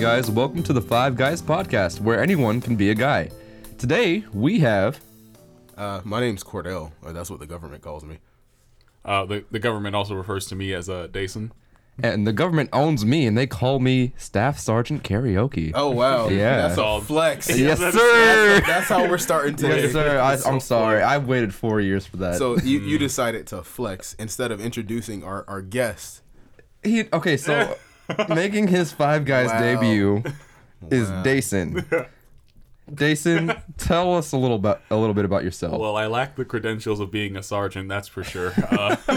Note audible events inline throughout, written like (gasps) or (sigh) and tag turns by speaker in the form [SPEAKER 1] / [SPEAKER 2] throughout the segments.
[SPEAKER 1] guys. Welcome to the Five Guys podcast, where anyone can be a guy. Today we have
[SPEAKER 2] Uh, my name's Cordell, or that's what the government calls me.
[SPEAKER 3] Uh, the, the government also refers to me as uh, Dason.
[SPEAKER 1] and the government owns me, and they call me Staff Sergeant Karaoke.
[SPEAKER 2] Oh
[SPEAKER 1] (laughs)
[SPEAKER 2] wow,
[SPEAKER 1] Yeah.
[SPEAKER 2] that's all
[SPEAKER 3] Solved.
[SPEAKER 2] flex.
[SPEAKER 1] yes,
[SPEAKER 3] that's-
[SPEAKER 1] sir.
[SPEAKER 2] That's how we're starting today.
[SPEAKER 1] yes, sir. Mm. I, I'm sorry. I waited four years for that.
[SPEAKER 2] So you, you decided to flex instead of introducing our, our guest.
[SPEAKER 1] He okay,
[SPEAKER 2] (laughs)
[SPEAKER 1] so making his Five Guys
[SPEAKER 2] Wow. (laughs)
[SPEAKER 1] debut is Dason. Dason, tell us a little bit a little bit about yourself.
[SPEAKER 3] Well, I lack the credentials of being a sergeant, that's for (laughs) sure. Uh,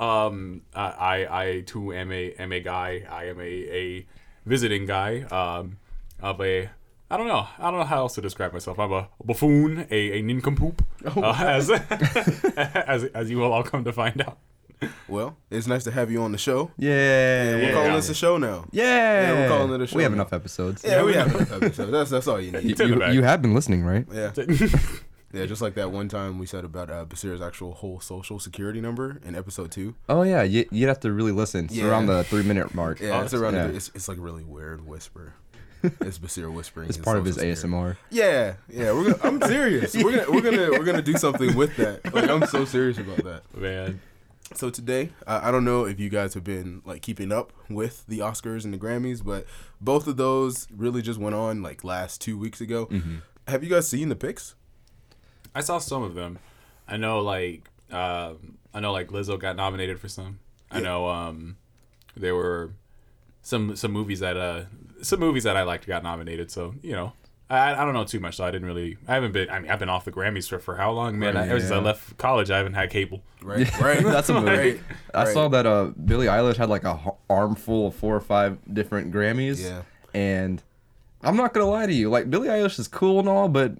[SPEAKER 3] um, I, I I too am a am a guy. I am a, a visiting guy. Um, of a I don't know. I don't know how else to describe myself. I'm a buffoon, a, a nincompoop, uh, (laughs) as, as as you will all come to find out.
[SPEAKER 2] Well, it's nice to have you on the show.
[SPEAKER 1] yeah,
[SPEAKER 2] We're
[SPEAKER 1] yeah,
[SPEAKER 2] calling
[SPEAKER 3] yeah.
[SPEAKER 2] this a show now.
[SPEAKER 1] yeah.
[SPEAKER 2] we're calling it a show
[SPEAKER 1] We have
[SPEAKER 2] now.
[SPEAKER 1] enough episodes.
[SPEAKER 2] Yeah, we have an episode. That's that's all you
[SPEAKER 1] You, (laughs)
[SPEAKER 2] need.
[SPEAKER 3] in the
[SPEAKER 1] you-
[SPEAKER 3] bag.
[SPEAKER 1] you have been listening, right?
[SPEAKER 2] Yeah, (laughs) yeah. Just like that one time we said about uh, Basir's actual whole social security number in episode two.
[SPEAKER 1] Oh yeah, you, you'd have to really listen. It's
[SPEAKER 2] Yeah.
[SPEAKER 1] around the three minute mark.
[SPEAKER 2] Yeah, it's around.
[SPEAKER 1] yeah.
[SPEAKER 2] the- it's it's like a really
[SPEAKER 1] (laughs)
[SPEAKER 2] weird whisper. It's Basir whispering.
[SPEAKER 1] It's part of his
[SPEAKER 2] social security.
[SPEAKER 1] ASMR.
[SPEAKER 2] Yeah, yeah. We're gonna,
[SPEAKER 1] (laughs)
[SPEAKER 2] I'm serious. We're gonna we're gonna we're gonna do something with that. Like I'm so serious about that.
[SPEAKER 3] Man,
[SPEAKER 2] So today, I I don't know if you guys have been like keeping up with the Oscars and the Grammys, but both of those really just went on like last two weeks ago.
[SPEAKER 1] Mm-hmm.
[SPEAKER 2] Have you guys seen the picks?
[SPEAKER 3] I saw some of them. I know like um I know like Lizzo got nominated for some. I know um, there were some some movies that uh some movies that I liked got nominated. So you know I, I don't know too much. So I didn't really I haven't been I mean I've been off the Grammys for for how long man? I, ever since I
[SPEAKER 1] yeah.
[SPEAKER 3] left college I haven't had cable.
[SPEAKER 2] Right,
[SPEAKER 1] (laughs) (laughs)
[SPEAKER 2] right.
[SPEAKER 1] That's a movie.
[SPEAKER 2] Right,
[SPEAKER 1] I
[SPEAKER 2] right.
[SPEAKER 1] saw that uh, Billie Eilish had like a h- armful of four or five different Grammys.
[SPEAKER 2] Yeah.
[SPEAKER 1] And I'm not gonna lie to you, like Billie Eilish is cool and all, but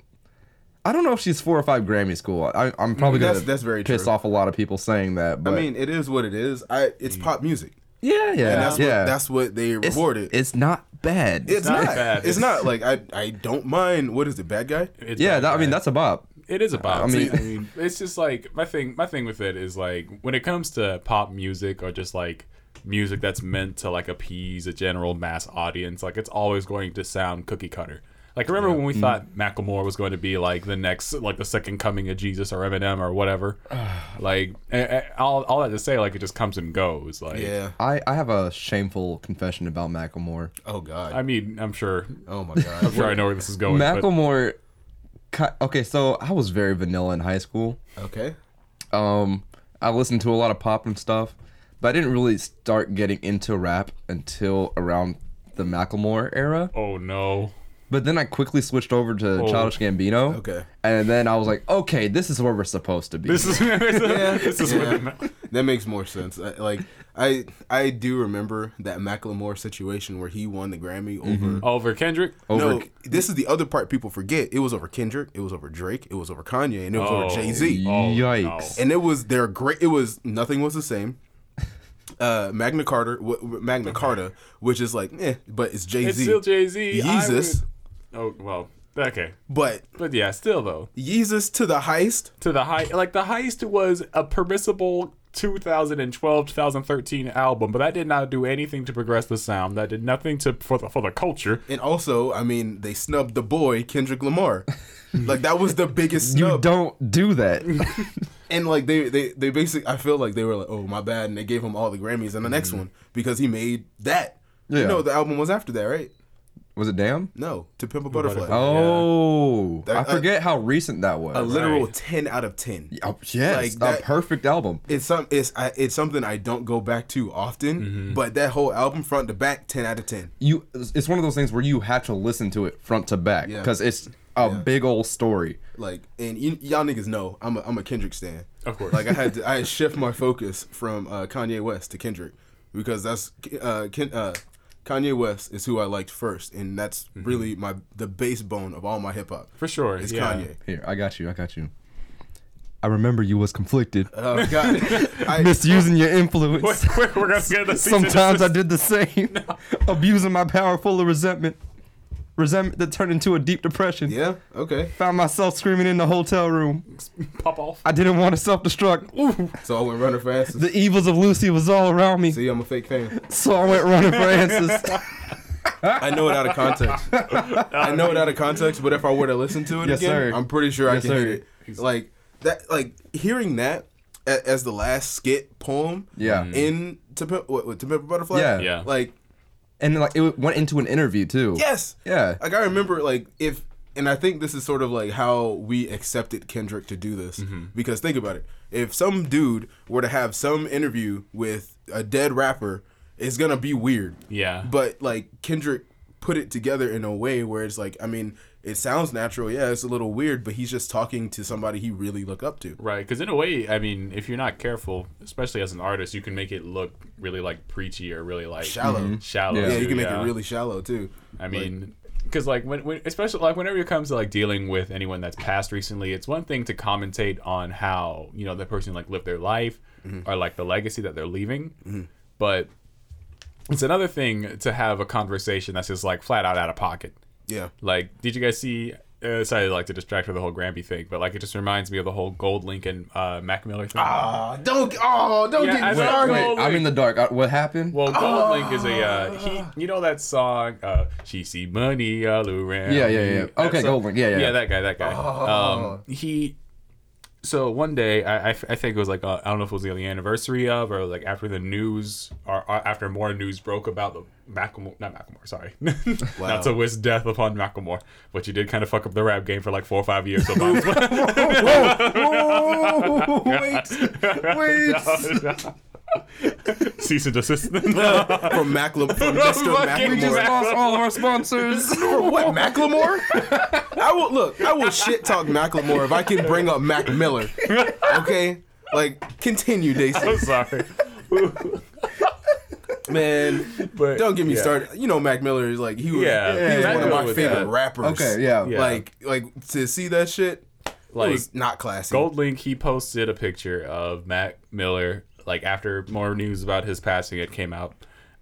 [SPEAKER 1] I don't know if she's four or five Grammys cool. I, I'm probably gonna
[SPEAKER 2] Mm, That's- that's very
[SPEAKER 1] piss
[SPEAKER 2] true.
[SPEAKER 1] off a lot of people saying that.
[SPEAKER 2] I
[SPEAKER 1] But
[SPEAKER 2] mean, it is what it is. I it's pop music,
[SPEAKER 1] yeah, yeah,
[SPEAKER 2] and that's
[SPEAKER 1] yeah.
[SPEAKER 2] what that's what they
[SPEAKER 1] it's,
[SPEAKER 2] rewarded. It's,
[SPEAKER 1] it's not bad.
[SPEAKER 2] not.
[SPEAKER 3] not bad.
[SPEAKER 2] It's, not like I I don't mind. What is it, bad guy?
[SPEAKER 3] It's
[SPEAKER 1] yeah.
[SPEAKER 3] like
[SPEAKER 1] That, I mean, that's a bop.
[SPEAKER 3] It is a bop.
[SPEAKER 1] I
[SPEAKER 3] I
[SPEAKER 1] mean-
[SPEAKER 3] mean, it's just like my thing. My thing with it is like when it comes to pop music or just like music that's meant to like appease a general mass audience, like it's always going to sound cookie cutter. Like remember when we thought Macklemore was going to be like the next, like the second coming of Jesus or Eminem or whatever. like eh, eh, all, all that to say, like it just comes and goes. Like
[SPEAKER 2] Yeah.
[SPEAKER 1] I, I have a shameful confession about Macklemore.
[SPEAKER 2] Oh God.
[SPEAKER 3] I mean, I'm sure,
[SPEAKER 2] oh my God.
[SPEAKER 1] (laughs)
[SPEAKER 3] I'm sure I know where this is going. but-
[SPEAKER 1] Macklemore. ki- Okay, so I was very vanilla in high school.
[SPEAKER 2] okay.
[SPEAKER 1] Um, I listened to a lot of pop and stuff, but I didn't really start getting into rap until around the Macklemore era.
[SPEAKER 3] oh no. (laughs)
[SPEAKER 1] But then I quickly switched over to
[SPEAKER 3] Oh.
[SPEAKER 1] Childish Gambino.
[SPEAKER 2] Okay.
[SPEAKER 1] And then I was like, okay, this is where we're supposed to be.
[SPEAKER 3] This is (laughs) this is where the (laughs)
[SPEAKER 2] Yeah. (laughs) That makes more sense. I, like I I do remember that Macklemore situation where he won the Grammy
[SPEAKER 3] Mm-hmm.
[SPEAKER 2] over.
[SPEAKER 3] over Kendrick.
[SPEAKER 1] over
[SPEAKER 2] no, this is the other part people forget. It was over Kendrick, it was over Drake, it was over Kanye, and it was
[SPEAKER 3] Oh.
[SPEAKER 2] over Jay Z.
[SPEAKER 3] Oh, no.
[SPEAKER 1] Yikes.
[SPEAKER 2] And it was their great. It was nothing was the same. Uh, Magna Carta, w- w- Magna Carta, which is like, eh, but it's Jay
[SPEAKER 3] It's still
[SPEAKER 2] Z.
[SPEAKER 3] Jay Z.
[SPEAKER 2] Yeezus.
[SPEAKER 3] Oh well, okay,
[SPEAKER 2] But
[SPEAKER 3] but yeah, still though.
[SPEAKER 2] Yeezus to the heist.
[SPEAKER 3] To the high, like the heist was a permissible 2012 2013 album, but that did not do anything to progress the sound. That did nothing to for the for the culture. (laughs)
[SPEAKER 2] And also, I mean, they snubbed the boy Kendrick
[SPEAKER 3] (laughs)
[SPEAKER 2] Lamar. like that was the biggest snub.
[SPEAKER 1] you don't do that.
[SPEAKER 2] (laughs) And like they they they basically, I feel like they were like, oh my bad, and they gave him all the Grammys and the next one because he made that.
[SPEAKER 1] Yeah.
[SPEAKER 2] You know, the album was after that, right?
[SPEAKER 1] was it damn?
[SPEAKER 2] No, to Pimp a Butterfly.
[SPEAKER 3] Butterfly.
[SPEAKER 1] Oh,
[SPEAKER 2] That- uh,
[SPEAKER 1] I forget how recent that was.
[SPEAKER 2] A literal
[SPEAKER 3] Right.
[SPEAKER 2] ten out of ten.
[SPEAKER 1] Oh, yes,
[SPEAKER 2] like that-
[SPEAKER 1] a perfect album.
[SPEAKER 2] It's some it's I, it's something I don't go back to often, but that whole album front to back, ten out of ten.
[SPEAKER 1] You, it's one of those things where you have to listen to it front to back
[SPEAKER 2] Yeah.
[SPEAKER 1] because it's a big old story.
[SPEAKER 2] Like, and y- y'all niggas know I'm a, I'm a Kendrick stan.
[SPEAKER 3] Of course.
[SPEAKER 2] Like I had to, I
[SPEAKER 3] (laughs)
[SPEAKER 2] had shift my focus from uh, Kanye West to Kendrick because that's uh, Ken, uh, Kanye West is who I liked first, and that's really my the base bone of all my hip hop.
[SPEAKER 3] Mm-hmm. For sure,
[SPEAKER 2] it's
[SPEAKER 3] yeah.
[SPEAKER 2] Kanye.
[SPEAKER 1] Here, I got you. I got you. I remember you was conflicted,
[SPEAKER 2] Uh, (laughs) God,
[SPEAKER 3] (laughs)
[SPEAKER 2] I,
[SPEAKER 1] misusing your influence.
[SPEAKER 2] (laughs)
[SPEAKER 3] Quick, we're gonna get the cease
[SPEAKER 1] (laughs)
[SPEAKER 3] and
[SPEAKER 1] Sometimes I
[SPEAKER 3] desist.
[SPEAKER 1] did the same, abusing my power full of resentment. resentment that turned into a deep depression.
[SPEAKER 2] Yeah. Okay.
[SPEAKER 1] Found myself screaming in the hotel room.
[SPEAKER 3] Pop off.
[SPEAKER 1] I didn't want to self-destruct. Ooh,
[SPEAKER 2] So I went running for Ansys.
[SPEAKER 1] the evils of Lucy was all around me,
[SPEAKER 2] See, I'm a fake fan.
[SPEAKER 1] so I went running for answers. (laughs)
[SPEAKER 2] I know it out of context. I know it out of context, but if I were to listen to it
[SPEAKER 1] Yes,
[SPEAKER 2] again,
[SPEAKER 1] sir.
[SPEAKER 2] I'm pretty sure
[SPEAKER 1] Yes,
[SPEAKER 2] I can
[SPEAKER 1] sir.
[SPEAKER 2] hit it. Like that, like hearing that a- as the last skit poem.
[SPEAKER 1] Yeah.
[SPEAKER 2] In to Pimp, what, what, to Pimp a Butterfly.
[SPEAKER 1] Yeah.
[SPEAKER 3] Yeah.
[SPEAKER 2] Like
[SPEAKER 1] and like it went into an interview too.
[SPEAKER 2] yes.
[SPEAKER 1] Yeah.
[SPEAKER 2] Like I remember, like if, and I think this is sort of like how we accepted Kendrick to do this
[SPEAKER 3] Mm-hmm.
[SPEAKER 2] because think about it: if some dude were to have some interview with a dead rapper, it's gonna be weird.
[SPEAKER 3] Yeah.
[SPEAKER 2] But like Kendrick put it together in a way where it's like, I mean, it sounds natural. Yeah, it's a little weird, but he's just talking to somebody he really looked up to.
[SPEAKER 3] Right, because in a way, I mean, if you're not careful, especially as an artist, you can make it look really like preachy or really like Mm-hmm.
[SPEAKER 2] Shallow.
[SPEAKER 3] Shallow.
[SPEAKER 1] Yeah.
[SPEAKER 2] Yeah, you
[SPEAKER 3] too,
[SPEAKER 2] can make
[SPEAKER 3] yeah.
[SPEAKER 2] it really shallow too.
[SPEAKER 3] I mean, because like when, when, especially like whenever it comes to like dealing with anyone that's passed recently, it's one thing to commentate on how you know the person like lived their life
[SPEAKER 1] Mm-hmm.
[SPEAKER 3] or like the legacy that they're leaving, but it's another thing to have a conversation that's just like flat out out of pocket.
[SPEAKER 2] yeah.
[SPEAKER 3] Like, did you guys see? Uh, sorry, like to distract from the whole Gramby thing, but like it just reminds me of the whole Gold Link and uh, Mac Miller thing.
[SPEAKER 2] Ah, don't oh, don't
[SPEAKER 3] Yeah,
[SPEAKER 2] get me
[SPEAKER 3] I know.
[SPEAKER 2] started.
[SPEAKER 3] Wait, wait.
[SPEAKER 1] I'm in the dark. Uh, What happened?
[SPEAKER 3] Well, Gold Link is a uh, he. You know that song? Uh, she see money all around.
[SPEAKER 1] Yeah, yeah,
[SPEAKER 3] me.
[SPEAKER 1] yeah.
[SPEAKER 3] That
[SPEAKER 1] Okay,
[SPEAKER 3] song-
[SPEAKER 1] Gold Link. Yeah, yeah,
[SPEAKER 3] Yeah,
[SPEAKER 1] yeah.
[SPEAKER 3] that guy. That guy.
[SPEAKER 2] Oh.
[SPEAKER 3] Um, he. So one day, I, I, f- I think it was like uh, I don't know if it was the anniversary of or like after the news or, or after more news broke about the Macklemore, not Macklemore, sorry, (laughs)
[SPEAKER 2] Wow.
[SPEAKER 3] not to wish death upon Macklemore, but you did kind of fuck up the rap game for like four or five years. So might as
[SPEAKER 2] (laughs)
[SPEAKER 3] well-
[SPEAKER 1] Whoa, wait, wait.
[SPEAKER 3] (laughs) Cease and desist.
[SPEAKER 2] from Macklemore
[SPEAKER 3] (laughs)
[SPEAKER 2] from Dexter
[SPEAKER 3] Fucking
[SPEAKER 1] We just
[SPEAKER 2] Macklemore.
[SPEAKER 1] lost all of our
[SPEAKER 2] (laughs)
[SPEAKER 1] sponsors. Oh
[SPEAKER 2] For what Macklemore? I will look. I will shit talk Macklemore if I can bring up Mac Miller. Okay, like continue, Daisy.
[SPEAKER 3] I'm sorry,
[SPEAKER 2] Man,
[SPEAKER 3] but
[SPEAKER 2] don't get me
[SPEAKER 3] yeah.
[SPEAKER 2] started. You know Mac Miller is like he was,
[SPEAKER 3] Yeah,
[SPEAKER 2] he was
[SPEAKER 1] Mac
[SPEAKER 2] one of
[SPEAKER 1] Miller
[SPEAKER 2] my
[SPEAKER 3] was-
[SPEAKER 2] favorite
[SPEAKER 3] yeah.
[SPEAKER 2] rappers.
[SPEAKER 1] Okay, yeah.
[SPEAKER 3] Yeah.
[SPEAKER 2] Like like to see that shit. Like
[SPEAKER 3] Like-
[SPEAKER 2] was not classy.
[SPEAKER 3] Gold Link, he posted a picture of Mac Miller, like after more news about his passing had came out,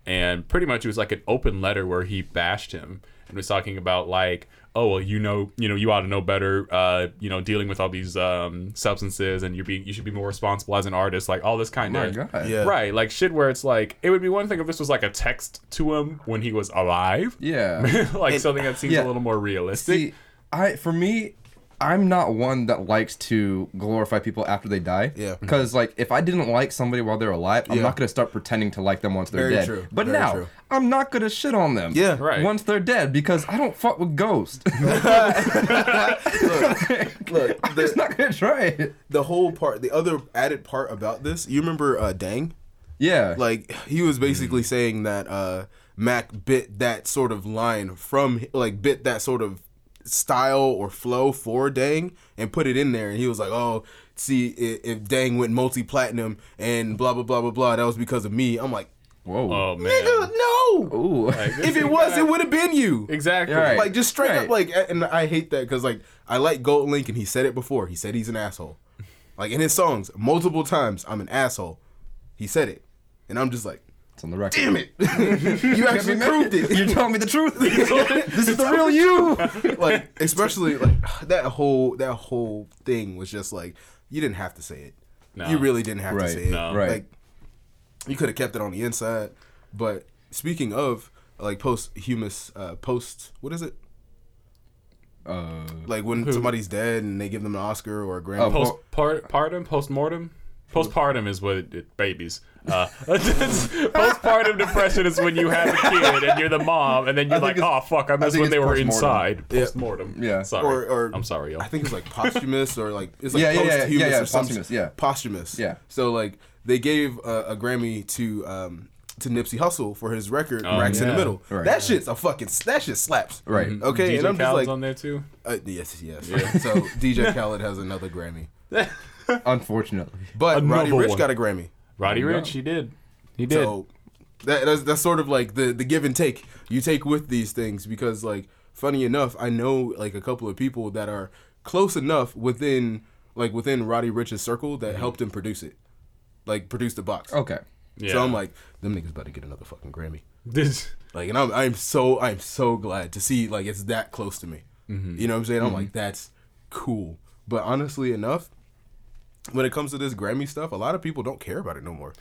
[SPEAKER 3] and pretty much it was like an open letter where he bashed him and was talking about like, oh well, you know, you know, you ought to know better, uh, you know, dealing with all these um, substances, and you're being, you should be more responsible as an artist, like all this kind
[SPEAKER 1] Oh My
[SPEAKER 3] of.
[SPEAKER 1] God.
[SPEAKER 2] Yeah.
[SPEAKER 3] Right, like shit, where it's like it would be one thing if this was like a text to him when he was alive, (laughs)
[SPEAKER 2] (laughs)
[SPEAKER 1] Yeah.
[SPEAKER 3] like something that seems
[SPEAKER 1] yeah.
[SPEAKER 3] a little more realistic.
[SPEAKER 1] See, I for me, I'm not one that likes to glorify people after they die.
[SPEAKER 2] Yeah. Mm-hmm.
[SPEAKER 1] Because like, if I didn't like somebody while they're alive, I'm
[SPEAKER 2] Yeah.
[SPEAKER 1] not gonna start pretending to like them once they're
[SPEAKER 2] Very
[SPEAKER 1] dead.
[SPEAKER 2] true.
[SPEAKER 1] But
[SPEAKER 2] Very
[SPEAKER 1] now,
[SPEAKER 2] true.
[SPEAKER 1] I'm not gonna shit on them.
[SPEAKER 2] Yeah.
[SPEAKER 3] Right.
[SPEAKER 1] Once they're dead, because I don't fuck with ghosts. (laughs)
[SPEAKER 2] Look,
[SPEAKER 1] I'm
[SPEAKER 2] the,
[SPEAKER 1] just not gonna try it.
[SPEAKER 2] the whole part, the other added part about this. You remember uh, Dang?
[SPEAKER 1] Yeah.
[SPEAKER 2] like he was basically saying that uh Mac bit that sort of line from like bit that sort of style or flow for Dang and put it in there and he was like, "Oh, see if, if Dang went multi-platinum and blah blah blah blah blah, that was because of me." I'm like,
[SPEAKER 1] Whoa.
[SPEAKER 3] oh man,
[SPEAKER 2] "Nigga, no.
[SPEAKER 1] Ooh.
[SPEAKER 2] If it was, it would have been you."
[SPEAKER 3] exactly.
[SPEAKER 1] Right.
[SPEAKER 2] Like just straight
[SPEAKER 1] Right.
[SPEAKER 2] up like a- and I hate that cuz like I like Gold Link and he said it before. He said he's an asshole. Like in his songs multiple times, "I'm an asshole." He said it. And I'm just like,
[SPEAKER 1] (laughs) it's on the record.
[SPEAKER 2] damn it. (laughs) you actually proved
[SPEAKER 1] (laughs) You're
[SPEAKER 2] it.
[SPEAKER 1] telling me the truth. (laughs) this is the real you.
[SPEAKER 2] (laughs) like especially like that whole that whole thing was just like you didn't have to say it.
[SPEAKER 3] No.
[SPEAKER 2] You really didn't have to
[SPEAKER 1] Right,
[SPEAKER 2] say it.
[SPEAKER 1] no. Right.
[SPEAKER 2] Like you could have kept it on the inside. But speaking of like post humus uh post what is it?
[SPEAKER 1] (laughs) Uh,
[SPEAKER 2] Like when somebody's dead and they give them an Oscar or a Grammy.
[SPEAKER 1] Oh,
[SPEAKER 3] post part, partum, postmortem. Postpartum is what it, babies.
[SPEAKER 1] (laughs)
[SPEAKER 3] Uh, (laughs) postpartum depression is when you have a kid and you're the mom, and then you're
[SPEAKER 1] think
[SPEAKER 3] like,
[SPEAKER 1] it's-
[SPEAKER 3] "Oh fuck, I missed
[SPEAKER 1] think
[SPEAKER 3] when
[SPEAKER 1] it's
[SPEAKER 3] they were
[SPEAKER 1] postmortem.
[SPEAKER 3] inside." Postmortem.
[SPEAKER 1] Yeah.
[SPEAKER 3] Sorry.
[SPEAKER 2] or, or
[SPEAKER 3] I'm sorry, y'all.
[SPEAKER 2] I think it's like posthumous or like it's like
[SPEAKER 1] Yeah, yeah, yeah, yeah, yeah,
[SPEAKER 2] posthumous or something.
[SPEAKER 1] posthumous, yeah.
[SPEAKER 2] posthumous.
[SPEAKER 1] Yeah.
[SPEAKER 2] So like they gave a, a Grammy to um to Nipsey Hussle for his record Racks in the
[SPEAKER 3] yeah.
[SPEAKER 2] Middle.
[SPEAKER 1] Oh, Right.
[SPEAKER 2] That shit's a fucking that shit slaps.
[SPEAKER 1] Right.
[SPEAKER 2] Okay.
[SPEAKER 3] DJ
[SPEAKER 2] and I'm just
[SPEAKER 3] Mm-hmm.
[SPEAKER 2] like
[SPEAKER 3] Khaled's on there too.
[SPEAKER 2] uh, yes, yes. So DJ Khaled has another Grammy,
[SPEAKER 1] unfortunately.
[SPEAKER 2] but Roddy
[SPEAKER 3] (laughs) Another
[SPEAKER 2] Rich
[SPEAKER 3] one.
[SPEAKER 2] got a Grammy.
[SPEAKER 3] Roddy Rich, he did. He did. (laughs)
[SPEAKER 2] So that, that's that's sort of like the the give and take you take with these things because like funny enough, I know like a couple of people that are close enough within like within Roddy Rich's circle that helped him produce it, like produce the box.
[SPEAKER 1] Okay.
[SPEAKER 3] yeah.
[SPEAKER 2] So I'm like, them niggas about to get another fucking Grammy.
[SPEAKER 3] Did
[SPEAKER 2] Like, and I'm I'm so I'm so glad to see like it's that close to me. You know what I'm saying? I'm like that's cool. But honestly enough, when it comes to this Grammy stuff, a lot of people don't care about it no more.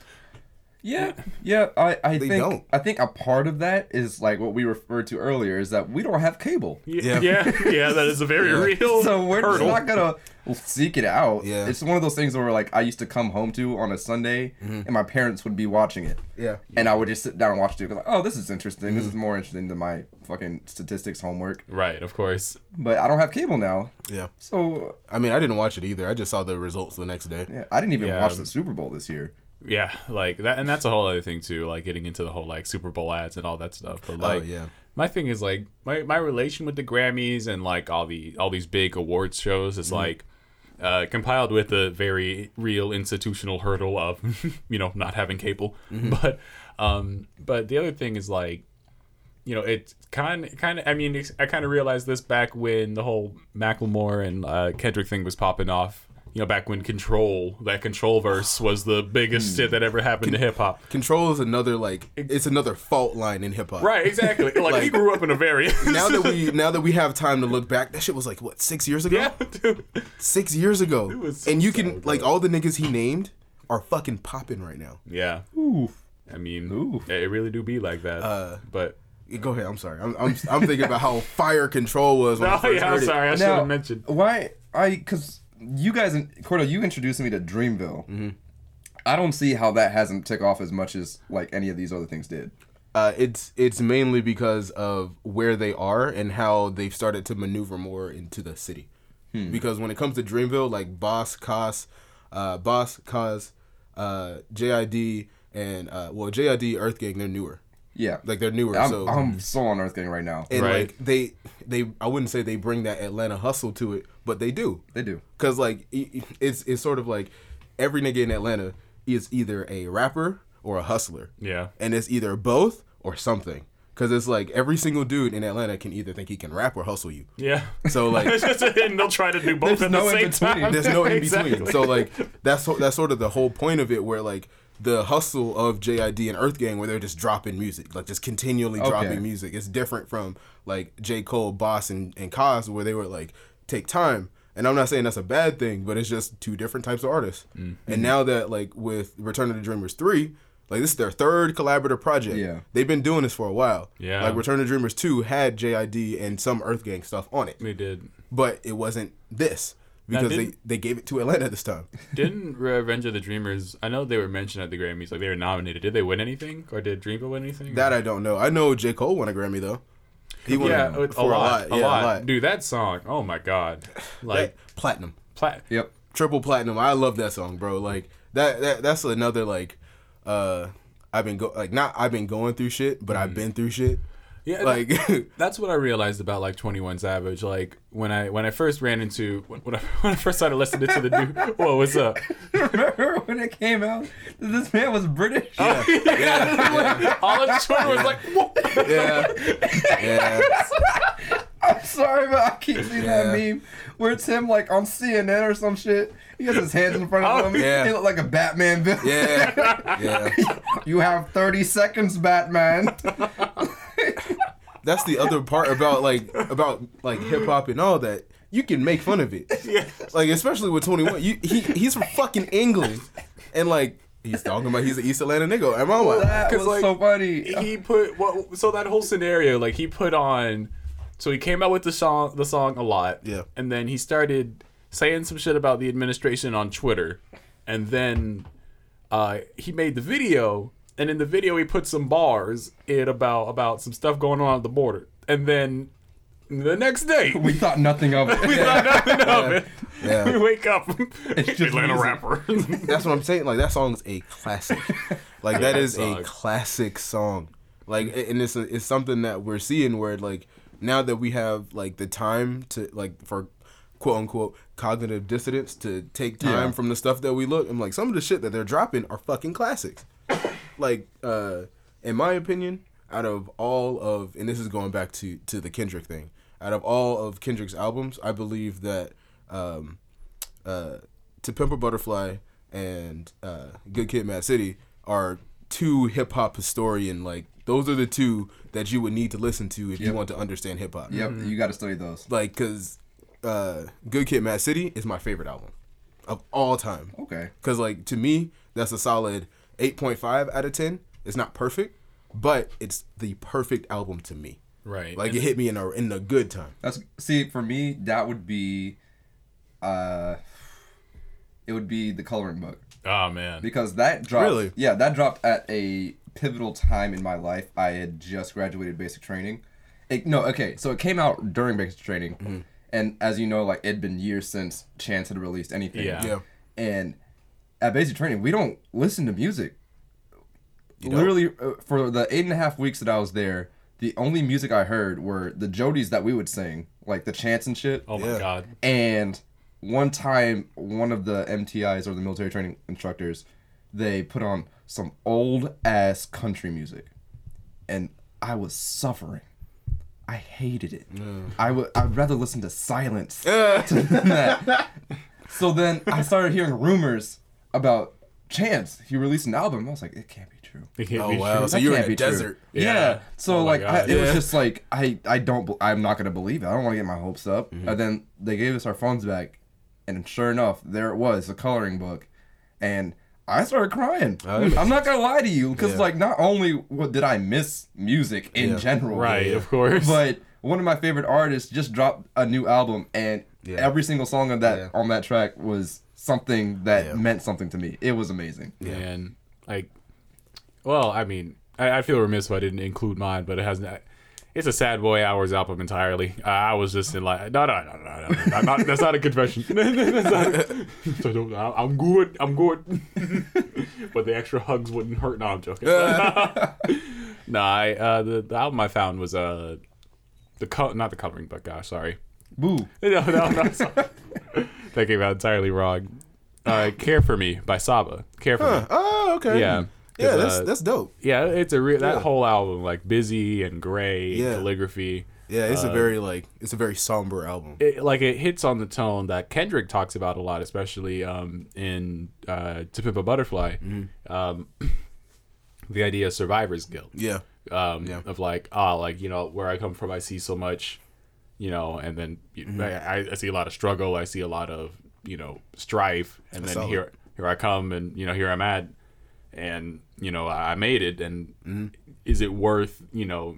[SPEAKER 1] Yeah, yeah. I, I
[SPEAKER 2] They
[SPEAKER 1] think
[SPEAKER 2] don't.
[SPEAKER 1] I think a part of that is like what we referred to earlier is that we don't have cable,
[SPEAKER 2] Yeah.
[SPEAKER 3] yeah, yeah, yeah, that is a very real
[SPEAKER 1] so we're just
[SPEAKER 3] hurdle.
[SPEAKER 1] not gonna seek it out.
[SPEAKER 2] Yeah.
[SPEAKER 1] it's one of those things where like I used to come home to on a Sunday, and my parents would be watching it.
[SPEAKER 2] Mm-hmm. Yeah. Mm-hmm.
[SPEAKER 1] and I would just sit down and watch it. 'cause, Like, oh, this is interesting. This is more interesting than my fucking statistics homework.
[SPEAKER 3] Right, of course.
[SPEAKER 1] But I don't have cable now,
[SPEAKER 2] Yeah.
[SPEAKER 1] so
[SPEAKER 2] I mean, I didn't watch it either. I just saw the results the next day.
[SPEAKER 1] yeah, I didn't even
[SPEAKER 3] Yeah.
[SPEAKER 1] watch the Super Bowl this year.
[SPEAKER 3] Yeah, like that, and that's a whole other thing too. Like getting into the whole like Super Bowl ads and all that stuff.
[SPEAKER 2] Oh,
[SPEAKER 3] But like,
[SPEAKER 2] yeah.
[SPEAKER 3] my thing is like my, my relation with the Grammys and like all the all these big awards shows is like uh, compiled with the very real institutional hurdle of (laughs) you know not having cable. But um, but the other thing is like you know it kind kind of I mean it's- I kind of realized this back when the whole Macklemore and uh, Kendrick thing was popping off. You know, back when Control, that Control verse (sighs) was the biggest shit that ever happened to hip hop.
[SPEAKER 2] Control is another like it's another fault line in hip hop.
[SPEAKER 3] Right, exactly. Like, we
[SPEAKER 2] Like-
[SPEAKER 3] grew up in a very (laughs)
[SPEAKER 2] Now that we now that we have time to look back, that shit was like what six years ago.
[SPEAKER 3] yeah, (laughs) dude.
[SPEAKER 2] Six years ago.
[SPEAKER 3] was
[SPEAKER 2] and
[SPEAKER 3] so
[SPEAKER 2] you can
[SPEAKER 3] sad,
[SPEAKER 2] like all the niggas he named are fucking popping right now.
[SPEAKER 3] Yeah. I mean,
[SPEAKER 1] Ooh.
[SPEAKER 3] it really do be like that. but
[SPEAKER 2] Go ahead. I'm sorry. I'm I'm, I'm thinking about how fire control was.
[SPEAKER 3] (laughs)
[SPEAKER 2] When I
[SPEAKER 3] oh
[SPEAKER 2] first
[SPEAKER 3] yeah, I'm
[SPEAKER 2] heard it.
[SPEAKER 3] sorry, I should
[SPEAKER 1] Now,
[SPEAKER 3] have mentioned.
[SPEAKER 1] Why? I because you guys, Cordell, you introduced me to Dreamville.
[SPEAKER 3] Mm-hmm.
[SPEAKER 1] I don't see how that hasn't took off as much as like any of these other things did.
[SPEAKER 2] Uh, it's it's mainly because of where they are and how they've started to maneuver more into the city.
[SPEAKER 1] Hmm.
[SPEAKER 2] Because when it comes to Dreamville, like Boss Cos, uh, Boss Cos, uh, JID, and uh, well JID Earth Gang, they're newer.
[SPEAKER 1] Yeah,
[SPEAKER 2] Like they're newer.
[SPEAKER 1] I'm,
[SPEAKER 2] so
[SPEAKER 1] I'm so on Earth Gang right now.
[SPEAKER 2] and
[SPEAKER 3] Right.
[SPEAKER 2] like they they I wouldn't say they bring that Atlanta hustle to it, but they do.
[SPEAKER 1] they do.
[SPEAKER 2] Cause like i- i- it's it's sort of like every nigga in Atlanta is either a rapper or a hustler.
[SPEAKER 3] Yeah.
[SPEAKER 2] And it's either both or something. Cause it's like every single dude in Atlanta can either think he can rap or hustle you.
[SPEAKER 3] Yeah. (laughs)
[SPEAKER 2] So like
[SPEAKER 3] and they'll try to do both
[SPEAKER 1] There's
[SPEAKER 3] at
[SPEAKER 1] no
[SPEAKER 3] the same
[SPEAKER 1] in between.
[SPEAKER 2] (laughs)
[SPEAKER 3] time. (laughs)
[SPEAKER 2] there's no in between.
[SPEAKER 3] Exactly.
[SPEAKER 2] So like that's so- that's sort of the whole point of it, where like the hustle of JID and Earth Gang, where they're just dropping music, like just continually dropping music. It's different from like J Cole, Boss, and and Cos, where they were like take time. And I'm not saying that's a bad thing, but it's just two different types of artists. And now that like with Return of the Dreamers three. Like this is their third collaborative project.
[SPEAKER 1] Yeah.
[SPEAKER 2] They've been doing this for a while.
[SPEAKER 3] Yeah.
[SPEAKER 2] Like Return of the Dreamers 2 had JID and some Earth Gang stuff on it
[SPEAKER 3] we did.
[SPEAKER 2] but it wasn't this
[SPEAKER 3] Now,
[SPEAKER 2] because they,
[SPEAKER 3] didn't-
[SPEAKER 2] they gave it to Atlanta this time.
[SPEAKER 3] Didn't Revenge of the Dreamers? I know they were mentioned at the Grammys, like they were nominated. Did they win anything, or did Dreamville win anything?
[SPEAKER 2] That I don't know. I know J Cole won a Grammy though. He won
[SPEAKER 3] yeah,
[SPEAKER 2] it
[SPEAKER 3] with a
[SPEAKER 2] for
[SPEAKER 3] lot, a lot,
[SPEAKER 2] yeah,
[SPEAKER 3] dude. That song, oh my god, like
[SPEAKER 2] That- platinum,
[SPEAKER 3] plat.
[SPEAKER 1] Yep. (laughs)
[SPEAKER 2] triple platinum. I love that song, bro. Like that, that that's another like, uh, I've been go like not I've been going through shit, but I've been through shit.
[SPEAKER 3] Mm. Yeah, that-
[SPEAKER 2] Like (laughs)
[SPEAKER 3] That's what I realized about like Twenty One Savage. Like when I when I first ran into when, when I (laughs) when I first started listening to the (laughs) dude. Whoa, what's up?
[SPEAKER 1] Remember when it came out that this man was British?
[SPEAKER 3] (laughs) All of Twitter was like, "Whoa."
[SPEAKER 2] yeah, yeah,
[SPEAKER 1] (laughs) I'm sorry, but I keep seeing that
[SPEAKER 2] Yeah.
[SPEAKER 1] meme where it's him like on CNN or some shit. He has his hands in front of
[SPEAKER 3] (laughs) Oh,
[SPEAKER 1] him.
[SPEAKER 2] yeah.
[SPEAKER 1] He looked like a Batman villain.
[SPEAKER 2] yeah, yeah.
[SPEAKER 1] You have 30 seconds,
[SPEAKER 3] (laughs)
[SPEAKER 1] Batman.
[SPEAKER 2] That's the other part about like about like hip hop and all that. You can make fun of it.
[SPEAKER 3] (laughs) Yeah.
[SPEAKER 2] Like especially with 21, you, he he's from fucking England, and like he's talking about he's an East Atlanta nigga. Am I
[SPEAKER 1] that
[SPEAKER 2] like,
[SPEAKER 1] was
[SPEAKER 3] like,
[SPEAKER 1] so funny.
[SPEAKER 3] he put what so that whole scenario like he put on so he came out with the song the song a lot
[SPEAKER 2] Yeah.
[SPEAKER 3] and then he started saying some shit about the administration on twitter and then uh he made the video and in the video he put some bars in about about some stuff going on at the border and then the next day
[SPEAKER 1] we thought nothing of it.
[SPEAKER 3] (laughs) we found nothing of it.
[SPEAKER 2] Yeah.
[SPEAKER 3] (laughs) we wake up
[SPEAKER 1] just
[SPEAKER 3] atlanta
[SPEAKER 1] music.
[SPEAKER 3] rapper
[SPEAKER 2] (laughs) That's what I'm saying. Like that song's a classic. Like that
[SPEAKER 3] that
[SPEAKER 2] is a
[SPEAKER 3] song.
[SPEAKER 2] classic song. Like a- and it's it's something that we're seeing where like now that we have like the time to like for quote unquote cognitive dissonance to take time
[SPEAKER 1] Yeah.
[SPEAKER 2] from the stuff that we look. I'm like some of the shit that they're dropping are fucking classics. like uh in my opinion out of all of and this is going back to to the kendrick thing out of all of kendrick's albums i believe that um uh to pimp a butterfly and uh good kid mad city are two hip-hop historian like Those are the two that you would need to listen to if you want to understand hip hop.
[SPEAKER 1] Yep, you got to study those.
[SPEAKER 2] Like, cause uh, Good Kid, Mad City is my favorite album of all time.
[SPEAKER 1] Okay.
[SPEAKER 2] Because like to me, that's a solid eight point five out of ten. It's not perfect, but it's the perfect album to me.
[SPEAKER 3] Right.
[SPEAKER 2] Like
[SPEAKER 3] And-
[SPEAKER 2] it hit me in a in a good time.
[SPEAKER 1] That's see for me that would be, uh, it would be the coloring book
[SPEAKER 3] oh man.
[SPEAKER 1] because that dropped.
[SPEAKER 2] Really?
[SPEAKER 1] Yeah, that dropped at a pivotal time in my life. I had just graduated basic training. It, no, okay, so it came out during basic training, and as you know, like it had been years since Chance had released anything.
[SPEAKER 3] Yeah.
[SPEAKER 2] Yeah.
[SPEAKER 1] And at basic training, we don't listen to music. Literally, uh, for the eight and a half weeks that I was there, the only music I heard were the Jodies that we would sing, like the chants and shit.
[SPEAKER 3] Oh
[SPEAKER 2] Yeah.
[SPEAKER 3] my god.
[SPEAKER 1] And one time, one of the MTIs or the military training instructors, they put on some old ass country music, and I was suffering. I hated it. I would. I'd rather listen to silence (laughs) than that. So then I started hearing rumors about Chance. He released an album. I was like, it can't be true.
[SPEAKER 3] It can't
[SPEAKER 2] Oh
[SPEAKER 3] be
[SPEAKER 2] wow!
[SPEAKER 3] true.
[SPEAKER 2] So
[SPEAKER 1] That
[SPEAKER 2] you're
[SPEAKER 1] can't
[SPEAKER 2] in a
[SPEAKER 1] be true.
[SPEAKER 2] desert.
[SPEAKER 1] Yeah.
[SPEAKER 3] Yeah.
[SPEAKER 1] So
[SPEAKER 3] Oh my
[SPEAKER 1] like, I,
[SPEAKER 3] God.
[SPEAKER 1] it was
[SPEAKER 2] Yeah.
[SPEAKER 1] just like I I don't bel- I'm not gonna believe it. I don't want to get my hopes up.
[SPEAKER 3] Mm-hmm.
[SPEAKER 1] And then they gave us our phones back, and sure enough, there it was, the coloring book, and I started crying.
[SPEAKER 3] Oh,
[SPEAKER 1] I'm not gonna lie to you because
[SPEAKER 2] Yeah.
[SPEAKER 1] like not only what did I miss music in general,
[SPEAKER 3] Right, of
[SPEAKER 1] (laughs)
[SPEAKER 3] course.
[SPEAKER 1] but one of my favorite artists just dropped a new album, and
[SPEAKER 2] Yeah.
[SPEAKER 1] every single song on that
[SPEAKER 2] Yeah.
[SPEAKER 1] on that track was something that
[SPEAKER 2] Yeah.
[SPEAKER 1] meant something to me. It was amazing.
[SPEAKER 3] and like well i mean I, I feel remiss if i didn't include mine but it has not it's a sad boy hours album entirely uh, i was just in like no no no no no, no I'm not, that's not a confession (laughs) that's not a, (laughs) so don't, I- i'm good i'm good (laughs) but the extra hugs wouldn't hurt no
[SPEAKER 2] (laughs)
[SPEAKER 3] i'm joking (laughs) no i uh the, the album i found was uh the co- not the coloring book gosh sorry
[SPEAKER 1] Boo.
[SPEAKER 3] (laughs) no, no, no. Sorry. that came out entirely wrong. Uh, Care for Me by Saba. Care for Me.
[SPEAKER 2] Oh okay.
[SPEAKER 3] Yeah.
[SPEAKER 2] Yeah.
[SPEAKER 3] 'Cause,
[SPEAKER 2] That's
[SPEAKER 3] uh,
[SPEAKER 2] that's dope.
[SPEAKER 3] Yeah, it's a real that
[SPEAKER 2] Yeah.
[SPEAKER 3] whole album like busy and gray, and
[SPEAKER 2] Yeah.
[SPEAKER 3] calligraphy.
[SPEAKER 2] Yeah. It's a very like it's a very somber album.
[SPEAKER 3] It, like it hits on the tone that Kendrick talks about a lot, especially um, in uh, "To Pimp a Butterfly."
[SPEAKER 2] Mm-hmm.
[SPEAKER 3] Um, (coughs) the idea of survivor's guilt.
[SPEAKER 2] yeah.
[SPEAKER 3] um,
[SPEAKER 2] Yeah.
[SPEAKER 3] of like ah like you know where I come from I see so much you know and then you
[SPEAKER 2] Mm-hmm.
[SPEAKER 3] I, I see a lot of struggle I see a lot of you know strife and then
[SPEAKER 2] solid.
[SPEAKER 3] here here I come and you know here I'm at and you know I I made it and
[SPEAKER 2] Mm-hmm.
[SPEAKER 3] is it worth you know